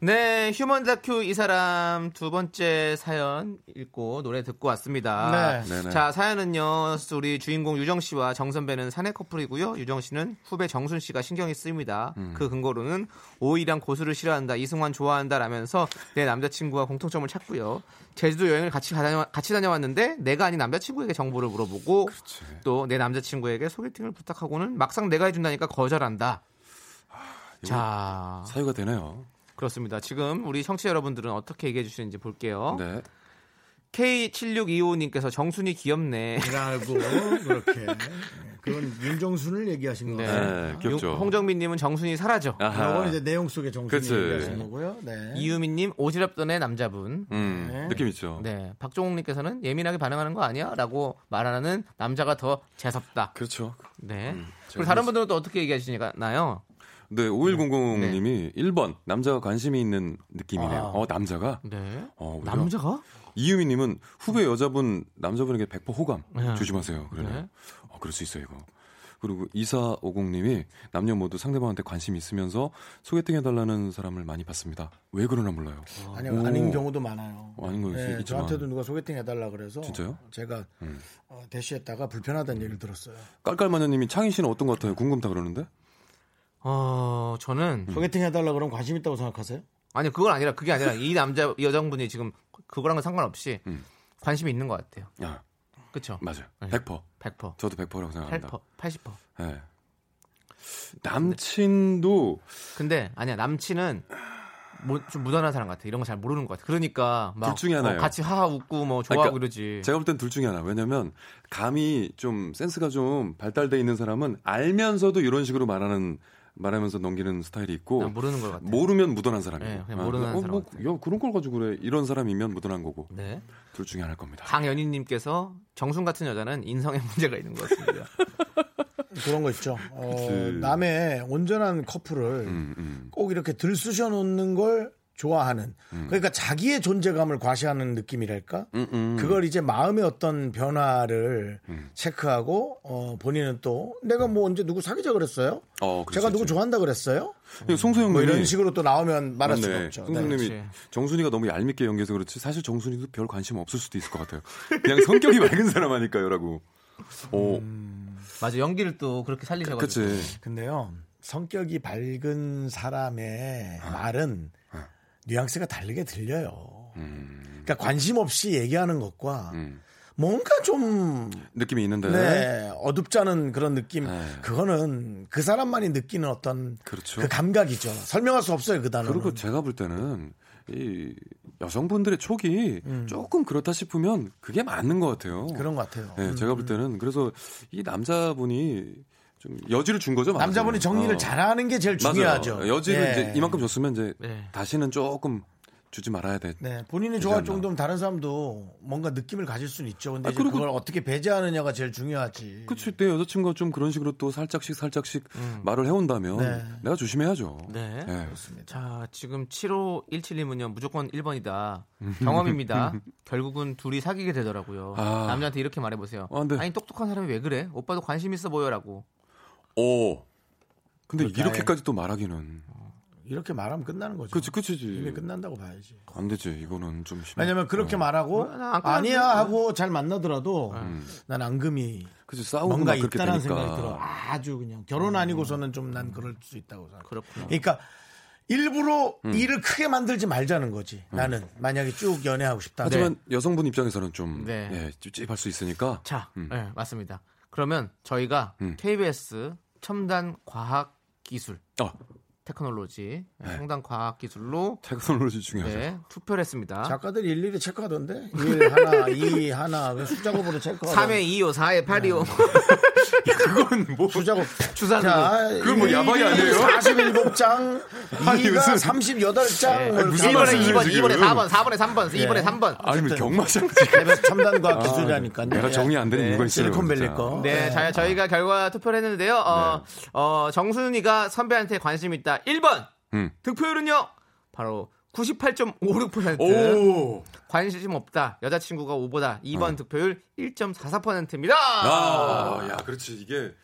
Speaker 2: 네, 휴먼 다큐 이 사람 두 번째 사연 읽고 노래 듣고 왔습니다.
Speaker 1: 네.
Speaker 3: 네네.
Speaker 2: 자, 사연은요. 우리 주인공 유정 씨와 정 선배는 사내 커플이고요. 유정 씨는 후배 정순 씨가 신경이 쓰입니다.
Speaker 1: 음.
Speaker 2: 그 근거로는 오이랑 고수를 싫어한다, 이승환 좋아한다라면서 내 남자친구와 공통점을 찾고요. 제주도 여행을 같이, 다녀, 같이 다녀왔는데 내가 아닌 남자친구에게 정보를 물어보고 또 내 남자친구에게 소개팅을 부탁하고는 막상 내가 해준다니까 거절한다.
Speaker 1: 아,
Speaker 2: 자,
Speaker 3: 사유가 되네요.
Speaker 2: 그렇습니다. 지금 우리 청취자 여러분들은 어떻게 얘기해 주시는지 볼게요.
Speaker 3: 네.
Speaker 2: K7625님께서 정순이 귀엽네.
Speaker 1: 라고 그렇게 네, 그건 윤정순을 얘기하신
Speaker 2: 네.
Speaker 1: 거예요.
Speaker 3: 네, (laughs) 귀엽죠.
Speaker 2: 홍정민님은 정순이 사라져.
Speaker 1: 이건
Speaker 3: 아하.
Speaker 1: 이제 내용 속의 정순이
Speaker 3: 그치.
Speaker 1: 얘기하신 거고요. 네.
Speaker 2: 이유민님 오지랖던의 남자분.
Speaker 3: 음,
Speaker 1: 네.
Speaker 3: 느낌 있죠.
Speaker 2: 네. 박종욱님께서는 예민하게 반응하는 거 아니야?라고 말하는 남자가 더 재섭다.
Speaker 3: 그렇죠.
Speaker 2: 네. 그리고
Speaker 3: 재밌-
Speaker 2: 다른 분들은 또 어떻게 얘기하시나요?
Speaker 3: 네,
Speaker 2: 네.
Speaker 3: 5100님이 1번, 남자가 관심이 있는 느낌이네요.
Speaker 1: 아.
Speaker 3: 어, 남자가?
Speaker 2: 네.
Speaker 3: 어, 오히려.
Speaker 2: 남자가?
Speaker 3: 이유미님은 후배 여자분 남자분에게 100% 호감
Speaker 2: 네.
Speaker 3: 조심하세요. 그러네.
Speaker 2: 네.
Speaker 3: 어, 그럴 수 있어요 이거. 그리고 2450님이 남녀 모두 상대방한테 관심 있으면서 소개팅 해달라는 사람을 많이 봤습니다. 왜 그러나 몰라요.
Speaker 1: 아니요,
Speaker 3: 오.
Speaker 1: 아닌 경우도 많아요.
Speaker 3: 어, 아닌 거
Speaker 1: 네,
Speaker 3: 있지만.
Speaker 1: 저한테도 누가 소개팅 해달라 그래서
Speaker 3: 진짜요? 음.
Speaker 1: 제가 어, 대시했다가 불편하다는 얘기를 들었어요.
Speaker 3: 깔깔마녀님이 창희 씨는 어떤 것 같아요? 궁금다 그러는데.
Speaker 2: 어, 저는
Speaker 3: 음.
Speaker 1: 소개팅 해달라 그러면 관심 있다고 생각하세요?
Speaker 2: 아니 그건 아니라 그게 아니라 이 남자 이 여성분이 지금 그거랑은 상관없이
Speaker 3: 음.
Speaker 2: 관심이 있는 것 같아요.
Speaker 3: 야,
Speaker 2: 그쵸?
Speaker 3: 맞아요.
Speaker 2: 네.
Speaker 3: 100%.
Speaker 2: 100%.
Speaker 3: 저도 100%라고 생각합니다.
Speaker 2: 8%, 80%.
Speaker 3: 예. 남친도
Speaker 2: 근데 아니야 남친은 뭐, 좀 무던한 사람 같아. 이런 거 잘 모르는 것 같아. 그러니까 막
Speaker 3: 둘 중에
Speaker 2: 어,
Speaker 3: 하나예요.
Speaker 2: 같이 하하 웃고 뭐
Speaker 3: 그러니까
Speaker 2: 좋아하고 이러지.
Speaker 3: 제가 볼 땐 둘 중에 하나. 왜냐면 감이 좀 센스가 좀 발달돼 있는 사람은 알면서도 이런 식으로 말하는 말하면서 넘기는 스타일이 있고
Speaker 2: 그냥 모르는 것 같아.
Speaker 3: 모르면 무던한 사람이에요.
Speaker 2: 네, 그냥 모르는
Speaker 3: 어, 뭐,
Speaker 2: 사람
Speaker 3: 야, 그런 걸 가지고 그래. 이런 사람이면 무던한 거고.
Speaker 2: 네.
Speaker 3: 둘 중에 하나일 겁니다.
Speaker 2: 강연희님께서 정순 같은 여자는 인성에 (laughs) 문제가 있는 것 같습니다.
Speaker 1: 그런 거 있죠. 어,
Speaker 3: 그치.
Speaker 1: 남의 온전한 커플을
Speaker 3: 음, 음.
Speaker 1: 꼭 이렇게 들쑤셔 놓는 걸 좋아하는. 그러니까 자기의 존재감을 과시하는 느낌이랄까?
Speaker 3: 음, 음.
Speaker 1: 그걸 이제 마음의 어떤 변화를 체크하고 어, 본인은 또 내가 뭐 언제 누구 사귀자 그랬어요?
Speaker 3: 어,
Speaker 1: 제가 누구
Speaker 3: 좋아?
Speaker 1: 좋아한다 그랬어요?
Speaker 3: 송소영
Speaker 1: 뭐
Speaker 3: 님이
Speaker 1: 이런 식으로 또 나오면 말할 수가
Speaker 3: 맞네.
Speaker 1: 없죠. 네.
Speaker 3: 송소영님이
Speaker 2: 그렇지.
Speaker 3: 정순이가 너무 얄밉게 연기해서 그렇지 사실 정순이도 별 관심 없을 수도 있을 것 같아요. 그냥 성격이 (laughs) 맑은 사람 아닐까요라고. 오,
Speaker 2: 맞아 연기를 또 음, 그렇게
Speaker 3: 그치.
Speaker 2: 살리셔가지고.
Speaker 1: 근데요 성격이 밝은 사람의
Speaker 3: 아.
Speaker 1: 말은 뉘앙스가 다르게 들려요.
Speaker 3: 음,
Speaker 1: 그러니까 관심 없이 얘기하는 것과
Speaker 3: 음.
Speaker 1: 뭔가 좀
Speaker 3: 느낌이 있는데.
Speaker 1: 네. 어둡지 않은 그런 느낌
Speaker 3: 네.
Speaker 1: 그거는 그 사람만이 느끼는 어떤
Speaker 3: 그렇죠.
Speaker 1: 그 감각이죠. 설명할 수 없어요 그 단어는.
Speaker 3: 그리고 제가 볼 때는 이 여성분들의 촉이 조금 그렇다 싶으면 그게 맞는 것 같아요.
Speaker 1: 음. 그런 것 같아요.
Speaker 3: 네, 제가 볼 때는 그래서 이 남자분이 좀 여지를 준 거죠. 맞아요.
Speaker 1: 남자분이 정리를
Speaker 3: 어.
Speaker 1: 잘하는 게 제일
Speaker 3: 맞아요. 어,
Speaker 1: 중요하죠.
Speaker 3: 여지를
Speaker 1: 예.
Speaker 3: 이제 이만큼 줬으면 이제
Speaker 2: 네.
Speaker 3: 다시는 조금 주지 말아야 돼.
Speaker 1: 네, 본인이
Speaker 3: 되지
Speaker 1: 좋아할
Speaker 3: 않나.
Speaker 1: 정도면 다른 사람도 뭔가 느낌을 가질 수는 있죠. 근데
Speaker 3: 아,
Speaker 1: 이제
Speaker 3: 그리고-
Speaker 1: 그걸 어떻게 배제하느냐가 제일 중요하지.
Speaker 3: 그치, 내 여자친구가 좀 그런 식으로 또 살짝씩 살짝씩 말을
Speaker 1: 음.
Speaker 3: 해온다면
Speaker 1: 네.
Speaker 3: 내가 조심해야죠.
Speaker 2: 네.
Speaker 3: 예.
Speaker 2: 자, 지금 7517님은요, 무조건 1번이다.
Speaker 3: (laughs)
Speaker 2: 경험입니다. 결국은 둘이 사귀게 되더라고요.
Speaker 3: 음. 아.
Speaker 2: 남자한테 이렇게 말해보세요.
Speaker 3: 아, 네.
Speaker 2: 아니, 똑똑한 사람이 왜 그래? 오빠도 관심 있어 보여라고.
Speaker 3: 오. 근데
Speaker 1: 그러니까
Speaker 3: 이렇게까지 또 말하기는.
Speaker 1: 이렇게 말하면 끝나는 거죠.
Speaker 3: 그치, 그치지.
Speaker 1: 이미 끝난다고 봐야지.
Speaker 3: 안 되지. 이거는 좀 어. 심.
Speaker 1: 왜냐면 그렇게 말하고
Speaker 2: 나 아까
Speaker 1: 아니야
Speaker 2: 그랬는데.
Speaker 1: 하고 잘 만나더라도 난 앙금이
Speaker 3: 그치 싸우고
Speaker 1: 뭔가
Speaker 3: 음. 막 그렇게
Speaker 1: 있다는
Speaker 3: 되니까. 음.
Speaker 1: 생각이 들어. 아주 그냥 결혼 아니고서는 좀 난 그럴 수 있다고 생각.
Speaker 2: 그렇구나.
Speaker 1: 그러니까 일부러
Speaker 3: 음.
Speaker 1: 일을 크게 만들지 말자는 거지. 나는 만약에 쭉 연애하고 싶다.
Speaker 3: 하지만 여성분 입장에서는 좀
Speaker 2: 네.
Speaker 3: 예, 찝찝할 수 있으니까.
Speaker 2: 자, 네, 맞습니다. 그러면 저희가
Speaker 3: 음.
Speaker 2: KBS 첨단 과학 기술,
Speaker 3: 어,
Speaker 2: 테크놀로지, 예,
Speaker 3: 네.
Speaker 2: 첨단 과학 기술로
Speaker 3: 테크놀로지
Speaker 1: (laughs)
Speaker 3: 중요하죠.
Speaker 2: 네, 투표를 했습니다.
Speaker 3: 어?
Speaker 1: 작가들이 일일이 체크하던데 일 하나, 이 하나 그냥 수작업으로 체크하고
Speaker 2: 3회 2호, 4회 8호.
Speaker 3: 그건 뭐
Speaker 1: 수작업
Speaker 2: (laughs) 주사로.
Speaker 3: 그건 뭐 야박이 아니에요?
Speaker 1: 47장,
Speaker 3: (laughs) 아니,
Speaker 1: 2가
Speaker 3: 무슨-
Speaker 1: 38장.
Speaker 3: 아니, 무슨
Speaker 2: 1번에
Speaker 3: 말씀이에요,
Speaker 2: 2번,
Speaker 3: 지금?
Speaker 2: 2번에 4번, 4번에 3번, 2번에 3번.
Speaker 3: 아니 면 경마장
Speaker 1: 첨단과 기술이라니까요.
Speaker 3: 아,
Speaker 1: 예.
Speaker 3: 내가 정리 안 되는 이유가 있어요.
Speaker 1: 네. 실리콘밸리
Speaker 3: 진짜.
Speaker 1: 거. 예.
Speaker 2: 네, 자, 저희가 결과 투표를 했는데요. 어,
Speaker 3: 네.
Speaker 2: 어, 정순이가 선배한테 관심 있다. 1번.
Speaker 3: 음.
Speaker 2: 득표율은요. 바로 98.56%.
Speaker 3: 오. 네.
Speaker 2: 관심 없다. 여자친구가 5보다 2번 득표율 1.44%입니다.
Speaker 3: 아, 야, 그렇지 이게.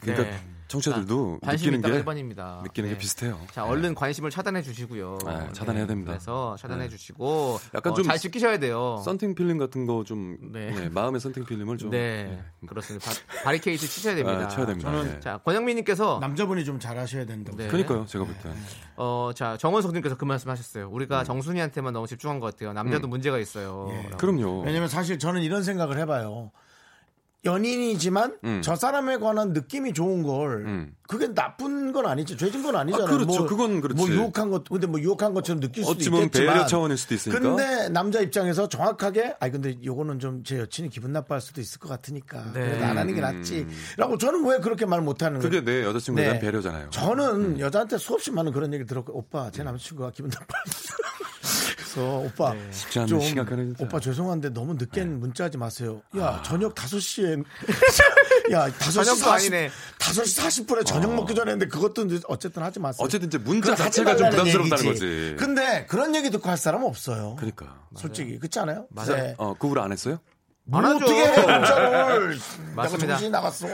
Speaker 3: 그러니까
Speaker 2: 네.
Speaker 3: 청취자들도
Speaker 2: 관심
Speaker 3: 느끼는
Speaker 2: 있다
Speaker 3: 게
Speaker 2: 1번입니다.
Speaker 3: 느끼는 게 비슷해요.
Speaker 2: 자,
Speaker 3: 네.
Speaker 2: 얼른 관심을 차단해 주시고요.
Speaker 3: 네, 차단해야 됩니다. 네.
Speaker 2: 그래서 차단해 주시고
Speaker 3: 약간
Speaker 2: 어,
Speaker 3: 좀
Speaker 2: 잘 지키셔야 돼요.
Speaker 3: 썬팅 필름 같은 거 좀
Speaker 2: 어. 네.
Speaker 3: 네. 마음의 썬팅 필름을 좀
Speaker 2: 네, 그렇습니다. 바, 리케이트 치셔야 됩니다.
Speaker 3: 아, 쳐야 됩니다.
Speaker 1: 저는
Speaker 3: 네.
Speaker 2: 자, 권영민님께서
Speaker 1: 남자분이 좀 잘하셔야 된다고.
Speaker 2: 네.
Speaker 3: 그러니까요, 제가 볼 때.
Speaker 2: 어, 자, 정원석님께서 그 말씀하셨어요.
Speaker 3: 네.
Speaker 2: 우리가 정순이한테만 너무 집중한 것 같아요. 남자도 문제가 있어요. 라고.
Speaker 3: 예. 그럼요.
Speaker 1: 왜냐면 사실 저는 이런 생각을 해봐요. 연인이지만
Speaker 3: 음.
Speaker 1: 저 사람에 관한 느낌이 좋은 걸
Speaker 3: 음.
Speaker 1: 그게 나쁜 건 아니죠. 죄진 건 아니잖아요.
Speaker 3: 아, 그렇죠. 그건 그렇지.
Speaker 1: 뭐 유혹한 것 근데 뭐 유혹한 것처럼 느낄 수도
Speaker 3: 어찌 보면
Speaker 1: 있겠지만
Speaker 3: 배려 차원일 수도 있으니까.
Speaker 1: 근데 남자 입장에서 정확하게 아니 근데 요거는 좀 제 여친이 기분 나빠할 수도 있을 것 같으니까 그래도 안 하는 게 낫지라고 저는 왜 그렇게 말 못하는
Speaker 3: 음. 그게 음.
Speaker 1: 거예요?
Speaker 3: 내 여자친구에
Speaker 1: 네.
Speaker 3: 대한 배려잖아요.
Speaker 1: 저는 여자한테 수없이 많은 그런 얘기 들었고 오빠 제 남자친구가 기분 나빠했어. 그래서 오빠
Speaker 3: 네. 쉽지 않은
Speaker 1: 좀
Speaker 3: 심각한 일이죠.
Speaker 1: 오빠 죄송한데 너무 늦게 문자하지 마세요. 야 저녁 (laughs) 5시에 야 5시
Speaker 2: 저녁도
Speaker 1: 40,
Speaker 2: 아니네.
Speaker 1: 5시 40분에 저녁 먹기 전에 했는데 그것도 이제 어쨌든 하지 마세요.
Speaker 3: 어쨌든 이제 문자
Speaker 1: 그건 하지
Speaker 3: 자체가 좀
Speaker 1: 말라는
Speaker 3: 부담스럽다는
Speaker 1: 얘기지.
Speaker 3: 거지.
Speaker 1: 근데 그런 얘기 듣고 할 사람은 없어요.
Speaker 3: 그러니까.
Speaker 1: 솔직히 그렇지 않아요?
Speaker 2: 맞아요.
Speaker 1: 네.
Speaker 3: 어, 구글 안 했어요?
Speaker 1: 뭘
Speaker 2: 안 하죠.
Speaker 1: 어떻게 해, 문자를 내가
Speaker 2: 맞습니다.
Speaker 1: 정신이 나갔어.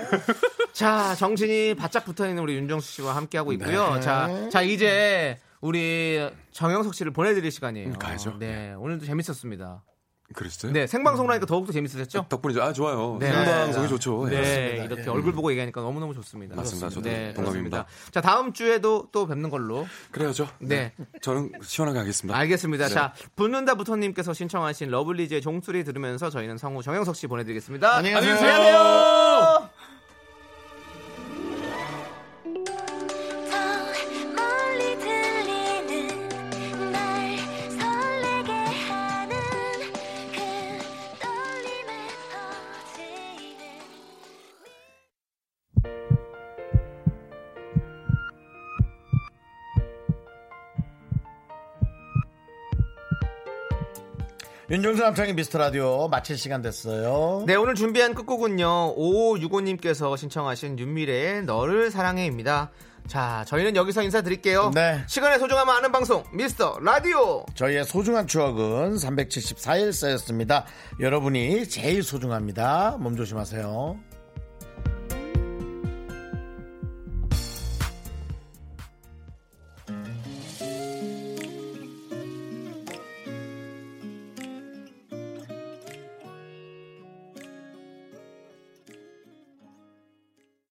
Speaker 2: 자, 정신이 바짝 붙어 있는 우리 윤정수 씨와 함께하고
Speaker 3: 네.
Speaker 2: 있고요. 자, 자, 이제 우리 정영석 씨를 보내드릴 시간이에요.
Speaker 3: 음, 가야죠.
Speaker 2: 네, 오늘도 재밌었습니다.
Speaker 3: 그랬어요?
Speaker 2: 네, 생방송으로 하니까 더욱더 재밌으셨죠?
Speaker 3: 덕분이죠. 아 좋아요.
Speaker 2: 네.
Speaker 3: 음. 생방송이 좋죠. 예.
Speaker 2: 네,
Speaker 1: 맞습니다.
Speaker 2: 이렇게
Speaker 1: 예.
Speaker 2: 얼굴 보고 얘기하니까 너무너무 좋습니다. 네,
Speaker 3: 맞습니다. 저도
Speaker 2: 그렇습니다.
Speaker 3: 동감입니다.
Speaker 2: 자, 다음 주에도 또 뵙는 걸로.
Speaker 3: 그래야죠.
Speaker 2: 네.
Speaker 3: 저는 시원하게 하겠습니다.
Speaker 2: 알겠습니다.
Speaker 3: 네.
Speaker 2: 자, 붙는다 부터님께서 신청하신 러블리즈의 종소리 들으면서 저희는 성우 정영석 씨 보내드리겠습니다.
Speaker 1: 안녕히 가세요.
Speaker 2: 안녕하세요.
Speaker 5: 더 멀리 들리는 날 설레게 하는 그 떨림의 어제는
Speaker 1: 윤종수 남창의 미스터 라디오 마칠 시간 됐어요.
Speaker 2: 네, 오늘 준비한 끝곡은요. 5565님께서 신청하신 윤미래의 너를 사랑해입니다. 자, 저희는 여기서 인사드릴게요.
Speaker 1: 네.
Speaker 2: 시간의 소중함을 아는 방송, 미스터 라디오!
Speaker 1: 저희의 소중한 추억은 374일 쌓였습니다. 여러분이 제일 소중합니다. 몸 조심하세요.